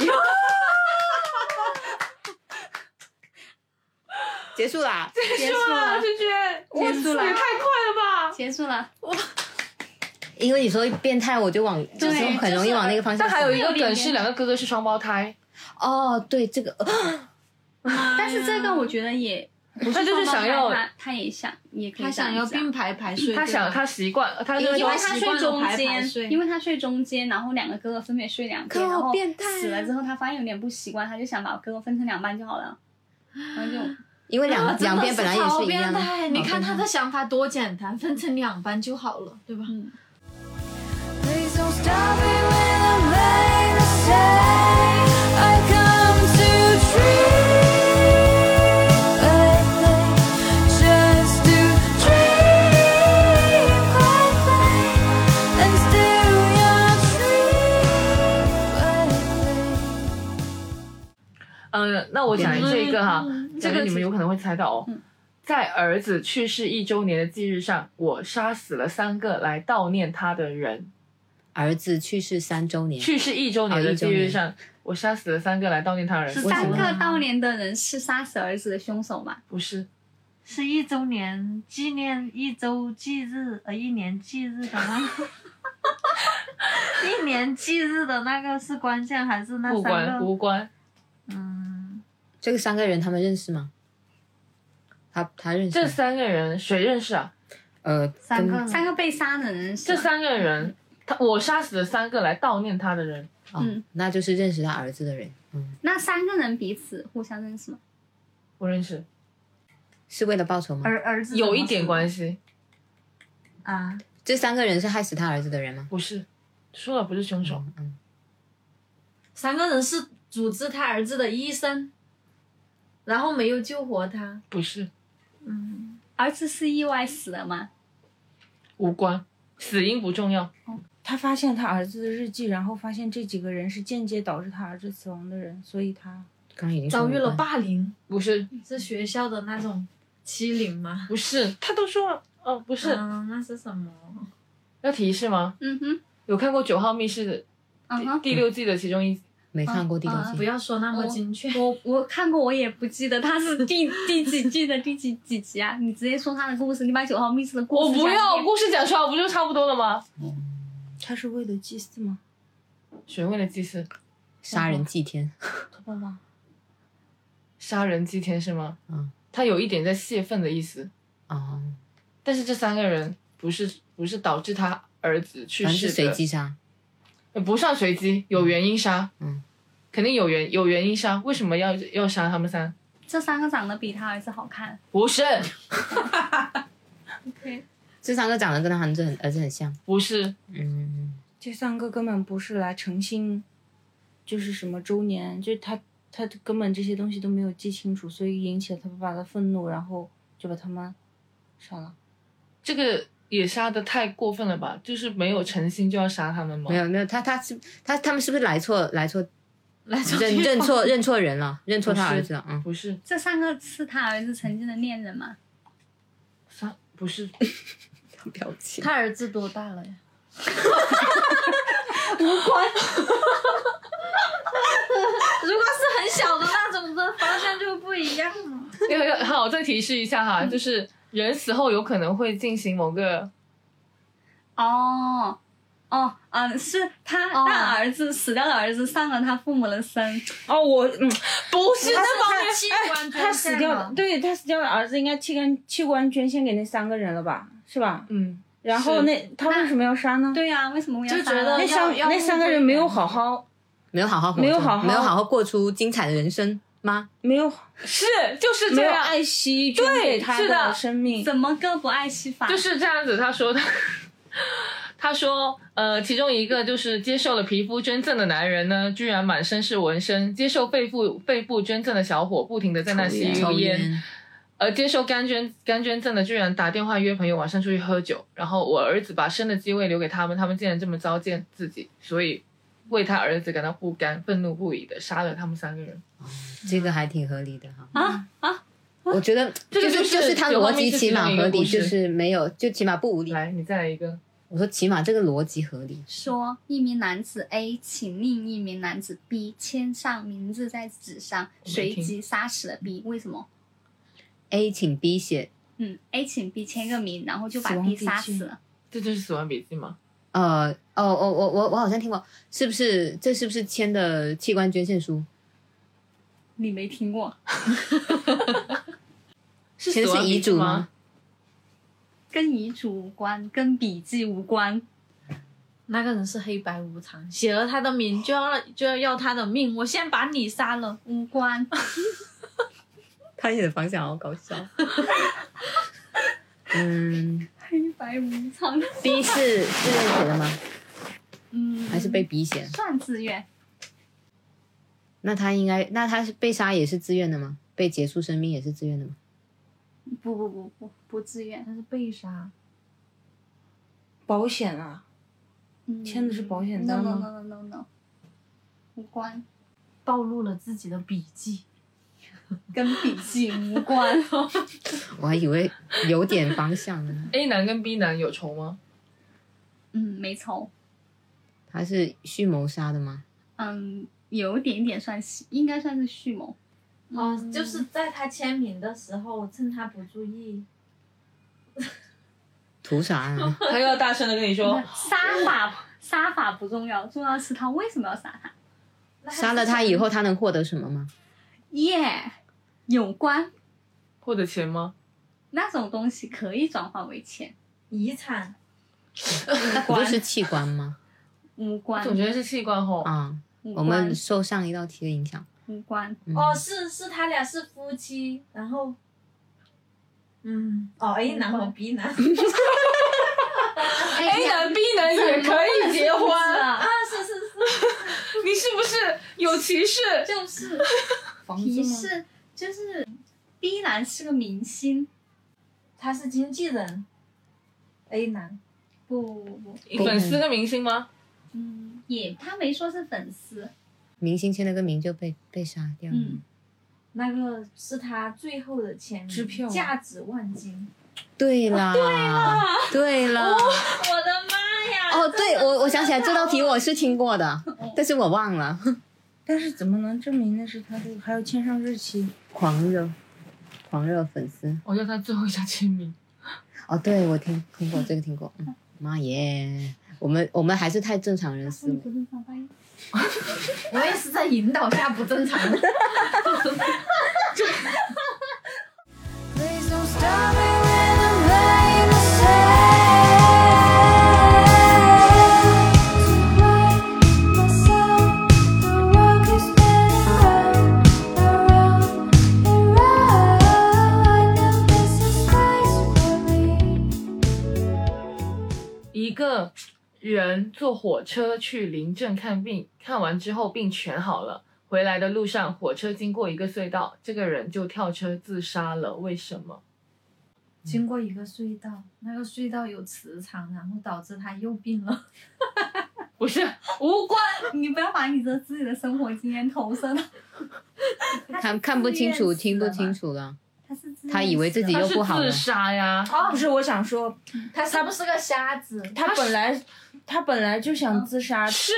结束啦，
结束了，
圈圈，
结束了，
快了吧！
结束了。
因为你说变态，我就往就是很容易往那个方向
但
想。
还有一个梗是两个哥哥是双胞胎，
哦，对这个，
但是这个我觉得也，
他就是想要，
他他也想，也可以
他想要
这样
并排排睡，
他想
对吧
他习惯，他就
讲。
是
因
说
为他
习
睡
惯了
中
排排睡
间，因为他睡中间，然后两个哥哥分别睡两边，
靠
然后
变态啊
死了之后，他发现有点不习惯，他就想把哥哥分成两半就好了，然后就
因为两
啊 真的
两边本来也
超
是一样
变
的。
态你看他的想法多简单，分成两班就好了，对吧？
Please don't stop me when I make a mistake. I come to dream lately, just to dream quietly, and still you're dream lately.
嗯，那我讲这个哈，这个你们有可能会猜到哦
嗯。
在儿子去世一周年的忌日上，我杀死了三个来悼念他的人。
儿子去世三周年，
去世一周年
哦
的
一周
忌日
年
上，我杀死了三个来悼念他的人。
是
为什
三
么
个
呢
倒连的人是杀死儿子的凶手嘛？
不是，
是一周年纪念一周忌日，呃，一年忌日的那个， 一年忌日的那个是关键还是那
不
三
关
个？
无关。
嗯，
这个三个人他们认识吗？他他认识
这
吗，
三个人谁认识啊？
呃，
三个
跟
三个被杀的人是啊
这三个人，他我杀死了三个来悼念他的人，
哦
嗯，
那就是认识他儿子的人，嗯，
那三个人彼此互相认识吗？
不认识，
是为了报仇吗？
儿儿子
有一点关
系
系，
啊，
这三个人是害死他儿子的人吗？
不是，说了不是凶手，
嗯嗯，
三个人是组织他儿子的医生，然后没有救活他。
不是
嗯，
儿子是意外死了吗？
无关，死因不重要，
他发现他儿子的日记，然后发现这几个人是间接导致他儿子死亡的人，所以他
刚刚已经说
遭遇
无
了
关
霸凌，
不是
是学校的那种欺凌吗？
不是，他都说了，哦，不是，
嗯，那是什么？
要提示吗？
嗯哼，
有看过《九号密室》的
嗯哼，
第六季的其中一
没看过第多
啊
季。
不要说那么精确。
我我看过，我也不记得它是第第几季的第几几集啊？你直接说它的故事，你把九号密室的故事
我不
讲一
要
遍
故事讲出来，不就差不多了吗？
他是为了祭祀吗？
谁为了祭祀？
杀人祭天，
爸爸，
杀人祭天是吗？
嗯，
他有一点在泄愤的意思，
哦，
但是这三个人不是不是导致他儿子去
反正
世
是
的，
随机杀，
呃不算随机，有原因杀，
嗯，
肯定有原有原因杀，为什么要要杀他们三？
这三个长得比他儿子好看。
不是
这三个长得跟他儿子很儿子很像。
不是，
嗯，
这三个根本不是来诚心，就是什么周年，就是他他根本这些东西都没有记清楚，所以引起了他爸爸的愤怒，然后就把他们杀了。
这个也杀的太过分了吧？就是没有诚心就要杀他们吗？
没有没有，他他是他他们是不是来错来错
来这
认认错认错人了，认错他
不是
儿子了？嗯，
不是
这三个是他儿子曾经的恋人吗？
杀，不是
表情
他儿子多大了呀？无关。如果是很小的那种的方向就不一样了。
那个好，再提示一下哈，就是人死后有可能会进行某个，
哦。哦，嗯，是他
哦
大儿子死掉的儿子上了他父母的身，
哦，我
不
嗯，
是
他
他器官
他
捐
死
献
掉
了
了，，对他死掉的儿子应该器官器官捐献给那三个人了吧？是吧？
嗯，
然后那他为什么要杀呢？
对呀、为什么我要
就
杀
觉得
了
那三
要要
那三个人没有好好，
没有好好活着
没有好好
没有好好过出精彩的人生吗？
没有
是就是
没
这
有
样，
爱惜捐给他
是的
生命。
怎么个不爱惜法？
就是这样子。他说的， 他说，呃，其中一个就是接受了皮肤捐赠的男人呢，居然满身是纹身；接受肺部肺部捐赠的小伙，不停的在那吸
抽
烟；
烟，
而接受肝捐肝捐赠的，居然打电话约朋友晚上出去喝酒。然后我儿子把生的鸡喂留给他们，他们竟然这么糟践自己，所以为他儿子感到不甘，愤怒不已的杀了他们三个人。
这个还挺合理的哈。嗯
啊啊！
我觉得
这个
就
就是
就是他
有后
逻
面
辑
是
起码
其中一个
合理，
故事
就是没有就起码不无理。
来，你再来一个。
我说起码这个逻辑合理，
说一名男子 A 请另一名男子 B 签上名字在纸上，
我没
随
听
即杀死了 B。为什么？
A 请 B 写，
嗯，A 请 B 签个名，然后就把
死亡
B
笔
杀
记
死了。
这就是《死亡笔记》吗？
呃，哦，我我我我好像听过，是不是这是不是签的器官捐献书？
你没听过？
是
签
死
的
亡
是
笔
遗
记
嘱
吗？？
跟遗嘱无关，跟笔记无关。
那个人是黑白无常，写了他的名就要就要要他的命，我先把你杀了。
无关，
他写的方向好搞笑。 嗯
黑白无常，
，B 是自愿写的吗？
嗯，
还是被 B 写？
算自愿，
那他应该，那他是被杀也是自愿的吗？被结束生命也是自愿的吗？
不不不不不自愿，
他是被杀，
保险啊，
嗯
签的是保险
no
单
no
吗
no no no no，无关，
暴露了自己的笔记。
跟笔记无关，
我还以为有点方向呢。
A 男跟 B 男有仇吗？
嗯，没仇，
他是蓄谋杀的吗？
嗯，有一点点算是，应该算是蓄谋，
哦，就是在他签名的时候，趁他不注意，
屠杀 啊？
他又要大声的跟你说，
杀法杀法不重要，重要是他为什么要杀他，
那
杀了他以后，他能获得什么吗？
耶、有关
获得钱吗？
那种东西可以转化为钱，
遗产
他不就是器官吗？
无关
总觉得是器官吼。
啊，
无
我
关
们受上一道题的影响。
无关，
嗯、
哦，是是他俩是夫妻，然后，嗯，哦，A 男和 B 男啊，
A 男 B 男也可以结婚，
啊是是是，
你是不是有歧视？
就是
房
提
子吗？
示就是 B 男是个明星，
他是经纪人，A 男，
不不不不，
粉丝跟明星吗？
嗯，也他没说是粉丝，
明星签了个名就被被杀掉了。
嗯，
那个是他最后的签名，
支票啊
价值万金，
对啦，对啦，
我的妈呀！
哦，对我我想起来这道题我是听过的，但是我忘了。
但是怎么能证明那是他这个？还要签上日期。
狂热，狂热粉丝。
我叫他最后一下签名。
哦，对，我听听过这个，听过。嗯，妈耶，我们我们还是太正常人思维。
正常发音。
我也是在引导下不正常的。
Please don't stop me when I'm laying asleep. To wake myself, the world is spinning round and round and round. Now there's no space for me.
一个人坐火车去临镇看病，看完之后病全好了。回来的路上，火车经过一个隧道，这个人就跳车自杀了。为什么？
经过一个隧道，那个隧道有磁场，然后导致他又病了。
不是无关，
你不要把你的自己的生活经验投射到，
看看不清楚，听不清楚了。
他是自
他以为自己
他
又
是
不好了
自。杀呀。
哦
不，是，我想说，
他是不是个瞎子？
他本来他本来就想自
哦
杀，
是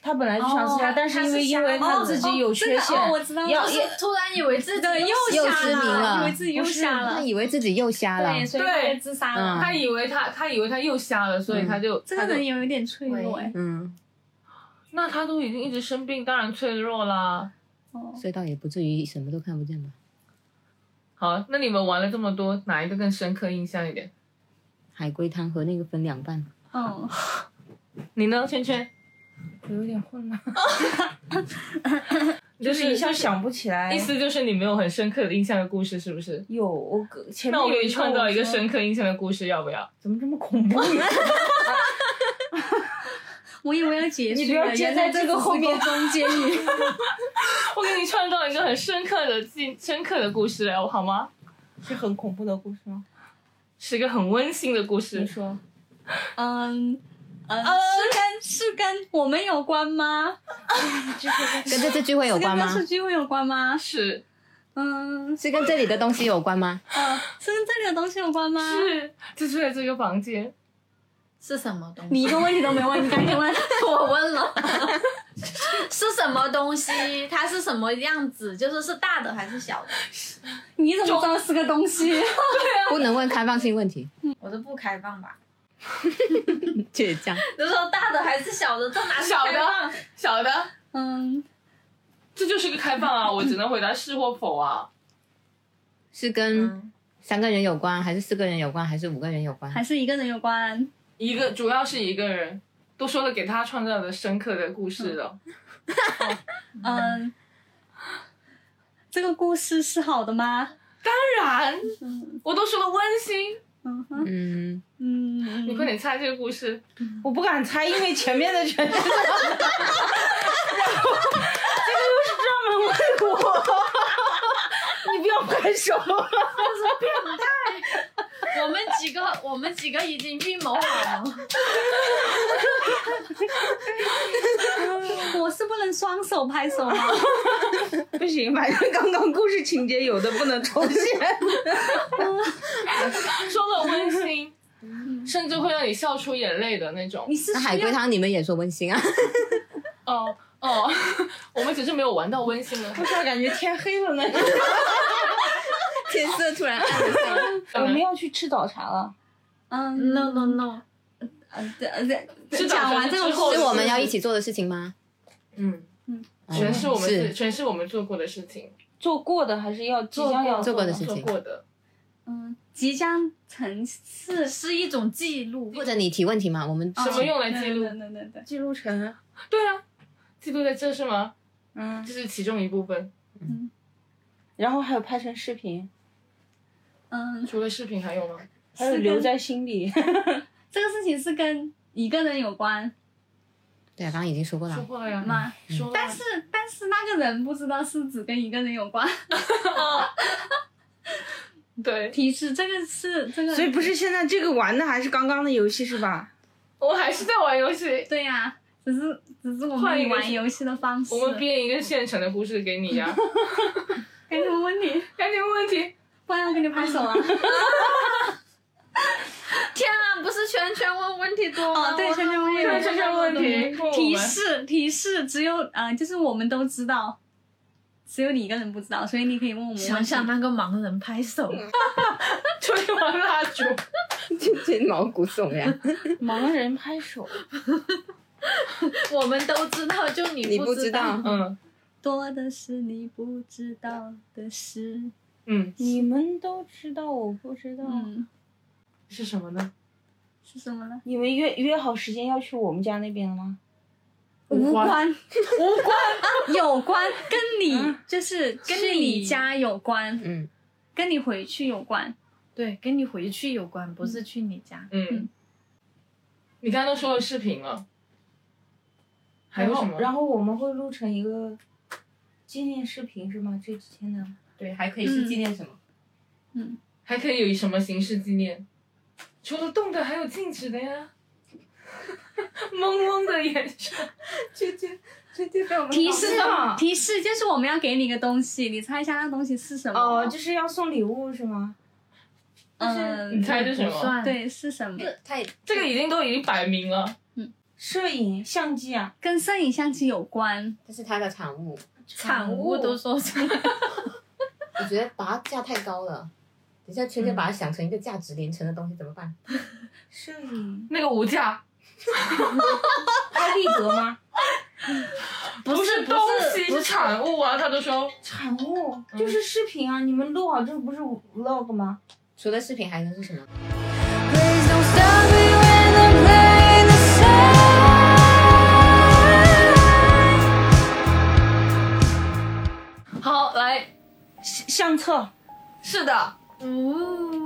他本来就想自杀，
哦
但是因
他
为
是
因为
瞎
他
子
自己有缺
这个哦，
陷，
我知道，
要
就是突然以为自己
对
又
又瞎
失明
以
了
为自己又瞎
他
了，
以为自己又瞎了。
对，所以他就自杀了。
嗯
他以为他他以为他又瞎了，所以他就、
这
他
个
就
人也有点脆弱哎，
嗯，
那他都已经一直生病，当然脆弱啦。
哦
隧道也不至于什么都看不见吧？
好，那你们玩了这么多，哪一个更深刻印象一点？
海龟汤和那个分两半。
嗯，
你呢，圈圈？
我有点混乱，
就
就是一下
就是
想不起来
意。思就是你没有很深刻的印象的故事，是不是？
有我隔前面
那我
有
给你
个
创造一个
说
深刻印象的故事，要不要？
怎么这么恐怖 呢？
我以为要结束了，
你不要接
原
在
来
这个后面
中间语。
我给你创造一个很深刻的记深刻的故事，好吗？
是很恐怖的故事吗？
是一个很温馨的故
你
事。
说，
嗯嗯，是跟是跟我们有关吗？
跟这次聚会有关吗
是跟？这次聚会有关吗？
是
嗯，
是跟这里的东西有关吗？
呃，是跟这里的东西有关吗？
是，就住在这个房间。
是什么东西？
你一个问题都没问，你赶 紧问。
我问了，是什么东西？它是什么样子？就是是大的还是小的？
你怎么知道是个东西？
不能问开放性问题，
我是不开放吧？
倔强。
就说大的还是小的？这哪是
小
开放
的？，小的，
嗯，
这就是个开放 啊！我只能回答是或否啊。
是跟三个人有关，还是四个人有嗯关，还是五个人有关？
还是一个人有关。
一个主要是一个人，都说了给他创造的深刻的故事了。
嗯，这个故事是好的吗？
当然，
嗯
我都说了温馨，
嗯哼
嗯，
嗯，
你快点猜这个故事。
我不敢猜，因为前面的全是。这个又是专门为我， 你不要拍手。
我们几个，我们几个已经预谋好了。
我是不能双手拍手吗？
不行，反正刚刚故事情节有的不能重现。
说了温馨，
嗯
甚至会让你笑出眼泪的那种
你。是
那
需
海龟
要
汤你们也说温馨啊？
哦哦， 我们只是没有玩到温馨了。
不是，感觉天黑了 呢。
天色突然暗了下来。
我们要去吃早茶了。
嗯
No no no，
呃对呃
是
对，讲完这个
之后
故
是
事，
我们要一起做的事情吗？
嗯
嗯，
全是我们
哦是
自全是我们做过的事情，
做过的还是要即将要
做过的事情
做过的。
嗯，即将成事
是一种记录。
或者你提问题吗？我们
哦
什么用来记录
对对对对，
记录成。
对啊，记录在这是吗？
嗯
这，是其中一部分，
然后还有拍成视频，
嗯，
除了视频还有吗？
还有留在心 里。
这个事情是跟一个人有关
对啊，刚刚已经说过
说
了。
过了呀，
吗？
说了。
但是但是那个人不知道是只跟一个人有关，
对，
提示这个是这个，
所以不是现在这个玩的还是刚刚的游戏是吧？
我们还是在玩游戏，
对呀、只是只是我
换一
们
个
玩游戏的方式。
我们编一个现成的故事给你呀。
给你们问 题，
赶紧问问题，
不然要给你拍手啊！
天啊，不是圈圈问问题多吗？
哦，对，圈圈问
圈
题，
圈问 题，
提示提示，只有呃，就是我们都知道，只有你一个人不知道，所以你可以问我们问题。
想想那个盲人拍手，
吹完蜡烛，
这毛骨悚 然。
盲人拍手，
我们都知道，就你
你不
知
知道，
嗯
多的是你不知道的事。
嗯，
你们都知道，我不知道。
嗯，
是什么呢？
是什么呢？
你们约约好时间要去我们家那边了吗？
无关
关，无关， 有关，跟你就是跟
是
你
你
家有关，
嗯，
跟你回去有关。
对，跟你回去有关，不是去你家。
嗯，你刚刚都说了视频了，还有
然
什
后
么？
然后我们会录成一个纪念视频是吗？这几天的
对，还可以
是纪
念什么？
还可以以什么形式纪念？除了动的，还有静止的呀。 懵懵的眼神，
提示
道
提示就是我们要给你一个东西，你猜一下那东西是什么？
哦，就是要送礼物是吗？
你
嗯，
猜这是什
不
么？
算，
对，是什么？
太
这个已经都已经摆明了，
摄影相机啊，
跟摄影相机有关。
这是他的产物，
产物都说出来。
我觉得把它价太高了。等一下，圈圈把它想成一个价值连城的东西怎么办？
摄影
那个无价，
拍立得吗？
不是东西是产物啊！他都说
产物
嗯
就是视频啊，你们录好这不是 vlog 吗？
除了视频还能是什么？
Please don't stop me when I'm playing the song.
好来，
相相册，
是的，
哦，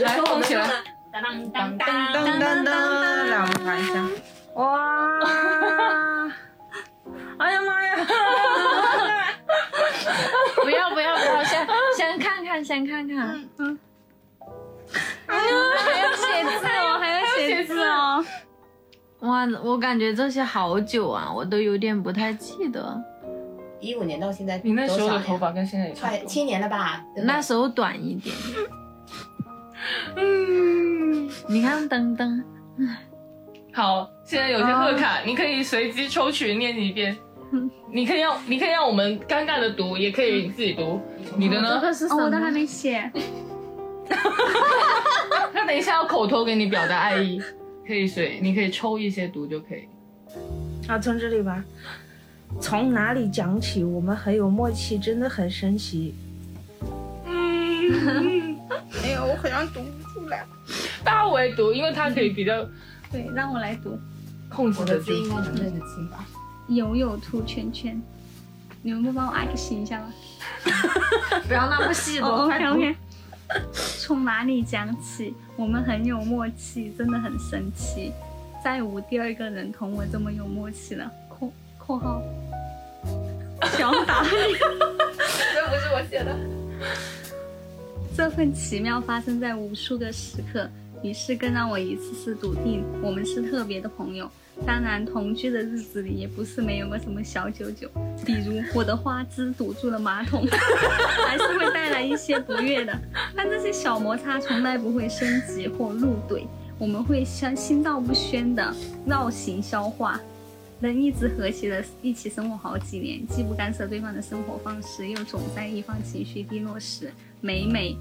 来动起来，
当当当当当，来我们看一下， 哇！哎呀妈呀！
不要不要不要，先先看看，先看看。
还要写字哦，还要写字哦。
哇，我感觉这些好久啊，我都有点不太记得。
一五年到现在，
你那时候
多少
的
呀
头发跟现在也差
快
不多。
七年了吧？对不对
那时候短一点。嗯，你看噔噔，
好，现在有些
啊
贺卡，你可以随机抽取念几遍。你可以让你可以让我们尴尬的读，也可以自己读。你的
这
呢？
嗯
个是什
哦，
么？
我都还没写。
那等一下要口头给你表达爱意，可以随你可以抽一些读就可以。
好，从这里吧。从哪里讲起？我们很有默契，真的很神奇。
大为读，因为它可以比较
对，让我来读。
控制
我
得
的
住
字。应该能认得清吧？
友友兔圈圈，你们不帮我 X 一下吗？
不要那么细多。
啊哦
快
，OK
读
OK。从哪里讲起？我们很有默契，真的很神奇。再无第二个人同我这么有默契了。（括括 号）小打，
这不是我写的。
这份奇妙发生在无数个时刻，于是更让我一次次笃定，我们是特别的朋友。当然，同居的日子里也不是没有过什么小九九，比如我的花枝堵住了马桶， 还是会带来一些不悦的。但这些小摩擦从来不会升级或怒怼，我们会心心照不宣的绕行消化，能一直和谐的一起生活好几年，既不干涉对方的生活方式，又总在一方情绪低落时，每每，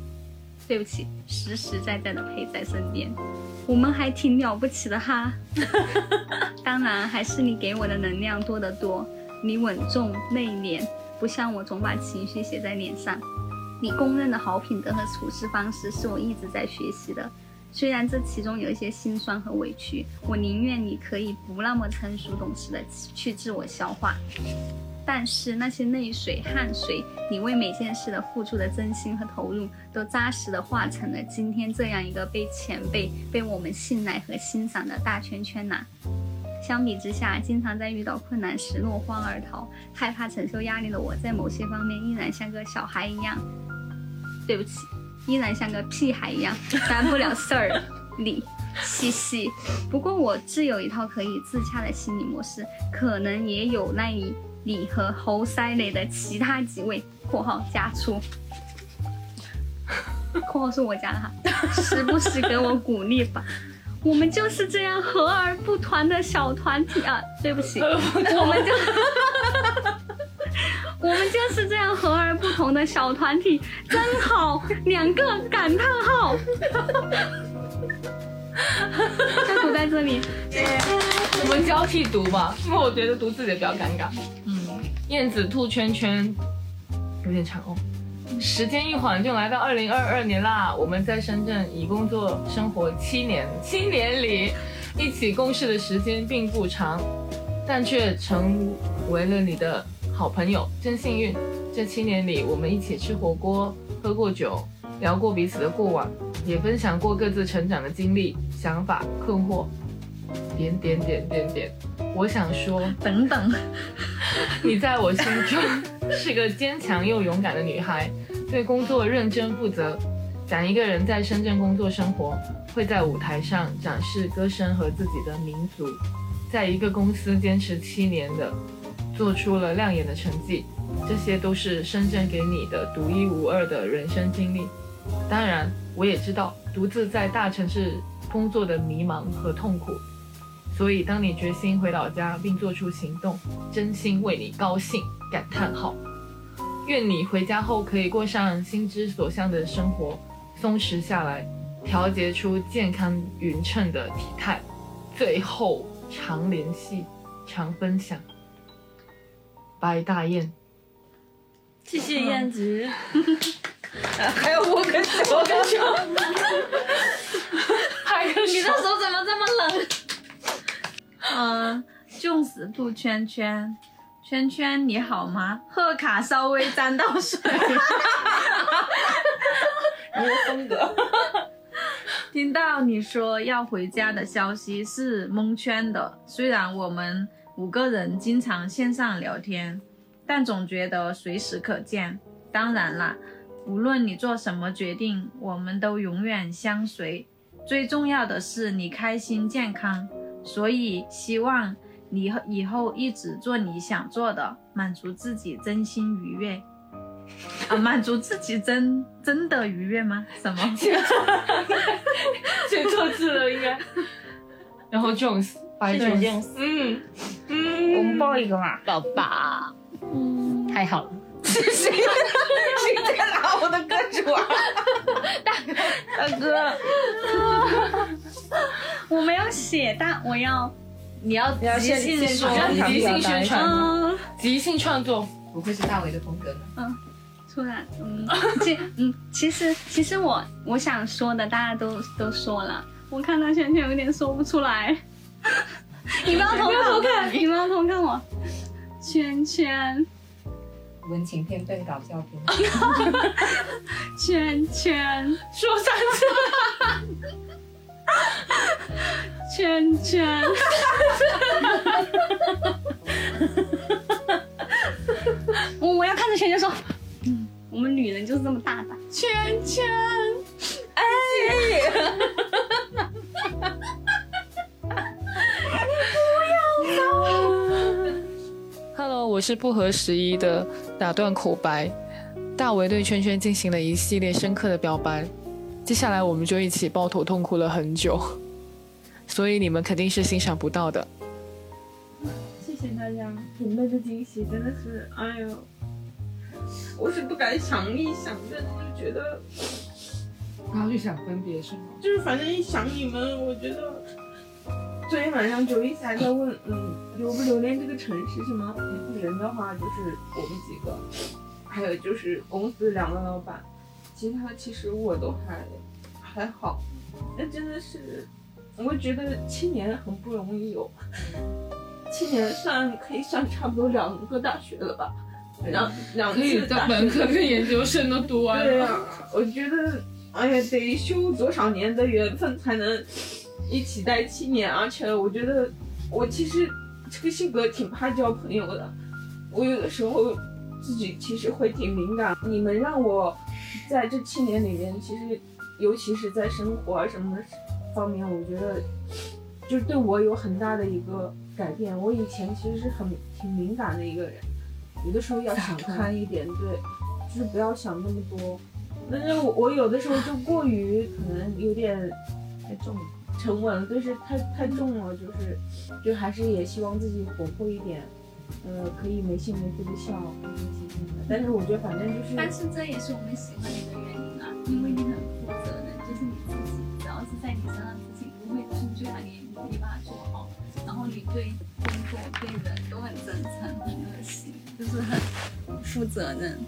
对不起，实实在在的陪在身边。我们还挺了不起的哈， 当然还是你给我的能量多得多。你稳重内敛，不像我总把情绪写在脸上。你公认的好品德和处事方式是我一直在学习的，虽然这其中有一些心酸和委屈，我宁愿你可以不那么成熟懂事的去自我消化，但是那些泪水、汗水，你为每件事的付出的真心和投入，都扎实的化成了今天这样一个被前辈、被我们信赖和欣赏的大圈圈呐、相比之下，经常在遇到困难时落荒而逃，害怕承受压力的我，在某些方面依然像个小孩一样，对不起，依然像个屁孩一样，担不了事儿。 你，嘻嘻。不过我自有一套可以自洽的心理模式，可能也有赖于你和 侯赛雷的其他几位（括号加粗）。 （括号是我家的哈），时不时给我鼓励吧。我们就是这样和而不团的小团体啊！对不起，我们就 我们就是这样和而不同的小团体，真好！两个感叹号，就读在这里。
我们交替读吧，因为我觉得读自己的比较尴尬。嗯，燕子兔圈圈有点长哦。时间一晃就来到二零二二年啦，我们在深圳已工作生活七年，七年里一起共事的时间并不长，但却成为了你的好朋友，真幸运。这七年里，我们一起吃火锅，喝过酒，聊过彼此的过往，也分享过各自成长的经历、想法、困惑，点点点点点。我想说，
等等，
你在我心中是个坚强又勇敢的女孩，对工作认真负责。讲一个人在深圳工作生活，会在舞台上展示歌声和自己的民族，在一个公司坚持七年的，做出了亮眼的成绩，这些都是深圳给你的独一无二的人生经历。当然，我也知道独自在大城市工作的迷茫和痛苦，所以当你决心回老家并做出行动，真心为你高兴！感叹号。愿你回家后可以过上心之所向的生活，松弛下来，调节出健康匀称的体态。最后，常联系，常分享。白大雁，
谢谢燕子。
还有我跟小跟小，
拍个
你的
手。
手怎么这么冷？ 嗯，重死兔圈圈，圈圈你好吗？贺卡稍微沾到 水。
你的风格。
听到你说要回家的消息是蒙圈的。虽然我们五个人经常线上聊天，但总觉得随时可见。当然啦，无论你做什么决定，我们都永远相随。最重要的是你开心健康，所以希望你以后一直做你想做的，满足自己真心愉悦。啊，满足自己真真的愉悦吗？什么？
写错字了应该。然后 Jones，白 Jones，嗯嗯，
我们抱一个嘛。
宝宝，太好了，
谁谁在拿我的胳肢窝？大哥，大哥，
我没有写，但我要
你要
要
即
现
兴
现
说
场，
让即兴宣传
嗯。
即兴创作，
不愧是大伟的风格呢。
突然，嗯，这，嗯，其实，其实我我想说的，大家都都说了，我看到圈圈有点说不出 来。你不要偷看，你不要偷看我，圈圈
文情片更搞笑片，
圈 圈
说三次。
圈圈，我我要看着圈圈说，嗯，我们女人就是这么大胆，圈圈，
Hello，我是不合时宜的打断口白。大为对圈圈进行了一系列深刻的表白，接下来我们就一起抱头痛哭了很久，所以你们肯定是欣赏不到的。
谢谢大家，你们的惊喜真的是，哎呦，我是不敢想一想，但是就觉得，
然后就想分别是吗？
就是反正一想你们，我觉得。昨天晚上九一才在问，嗯，留不留恋这个城市是吗？人的话就是我们几个，还有就是公司两个老板，其他其实我都还还好，那真的是，我觉得七年很不容易有，七年算可以算差不多两个大学了吧，两两次大学
跟研究生都读
啊
对呀、我觉得，哎呀，得修多少年的缘分才能一起待七年？而且我觉得，我其实这个性格挺怕交朋友的，我有的时候自己其实会挺敏感。你们让我在这七年里面，其实尤其是在生活啊什么方面，我觉得就是对我有很大的一个改变。我以前其实是很挺敏感的一个人，有的时候要想开一点，对。就是不要想那么多，
但是我我有的时候就过于可能有点太重了沉稳了，但是太太重了，就是就还是也希望自己活泼一点，呃，可以没心没肺的笑，开开心心的。但是我觉得反正就是，
但是这也是我们喜欢你的原因啊，因为你很负责任，就是你自己，只要是在你身上的事情不会出去，啊你也你把它做好，然后你对工作对人都很真诚，很热心，就是很负责任。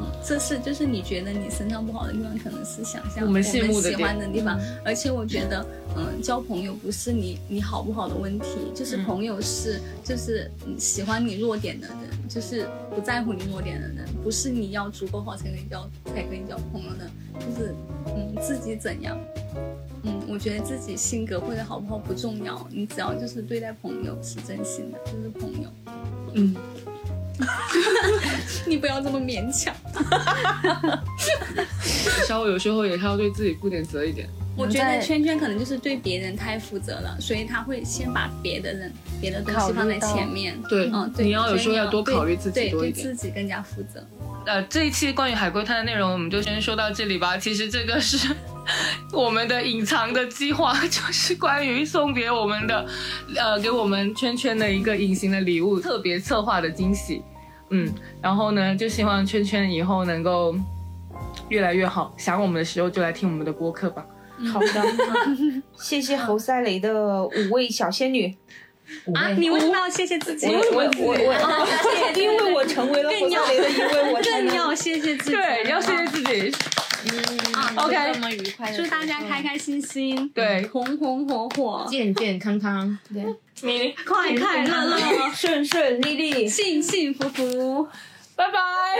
嗯，这是就是你觉得你身上不好的地方，可能是想象
我们羡慕的
喜欢的地
点
方。而且我觉得，嗯，交朋友不是你你好不好的问题，就是
嗯
朋友是、就是嗯喜欢你弱点的人，就是不在乎你弱点的人，不是你要足够好才可以交才可以交朋友的，就是嗯自己怎样。嗯，我觉得自己性格或者好不好不重要，你只要就是对待朋友是真心的，就是朋友。
嗯，
你不要这么勉 强。
稍微有时候也是要对自己负点责一点。
我觉
在
得圈圈可能就是对别人太负责了，所以他会先把别的人、别的东西放在前面。
对，
嗯，对，
你要有时
所
候
以
要多考虑自己
对
多一
对
点。
自己更加负责。
呃，这一期关于海龟汤的内容，我们就先说到这里吧。其实这个是 我们的隐藏的计划， 就是关于送别我们的，呃，给我们圈圈的一个隐形的礼物，特别策划的惊喜。嗯，然后呢，就希望圈圈以后能够越来越好。想我们的时候就来听我们的播客吧。
好的，谢谢侯赛雷的五位小仙女。
啊，你为什么要谢谢自己？
我我我
啊
我，因为我成为了侯赛雷的一位，我才
更
能
要谢谢自己。
对，要谢谢自啊己。
啊
OK
这么愉快的时
祝
光，
大家开开心心，
对
红红火火，
健健康康，
你
快快乐乐，
顺顺利利。
幸幸福福。
拜拜。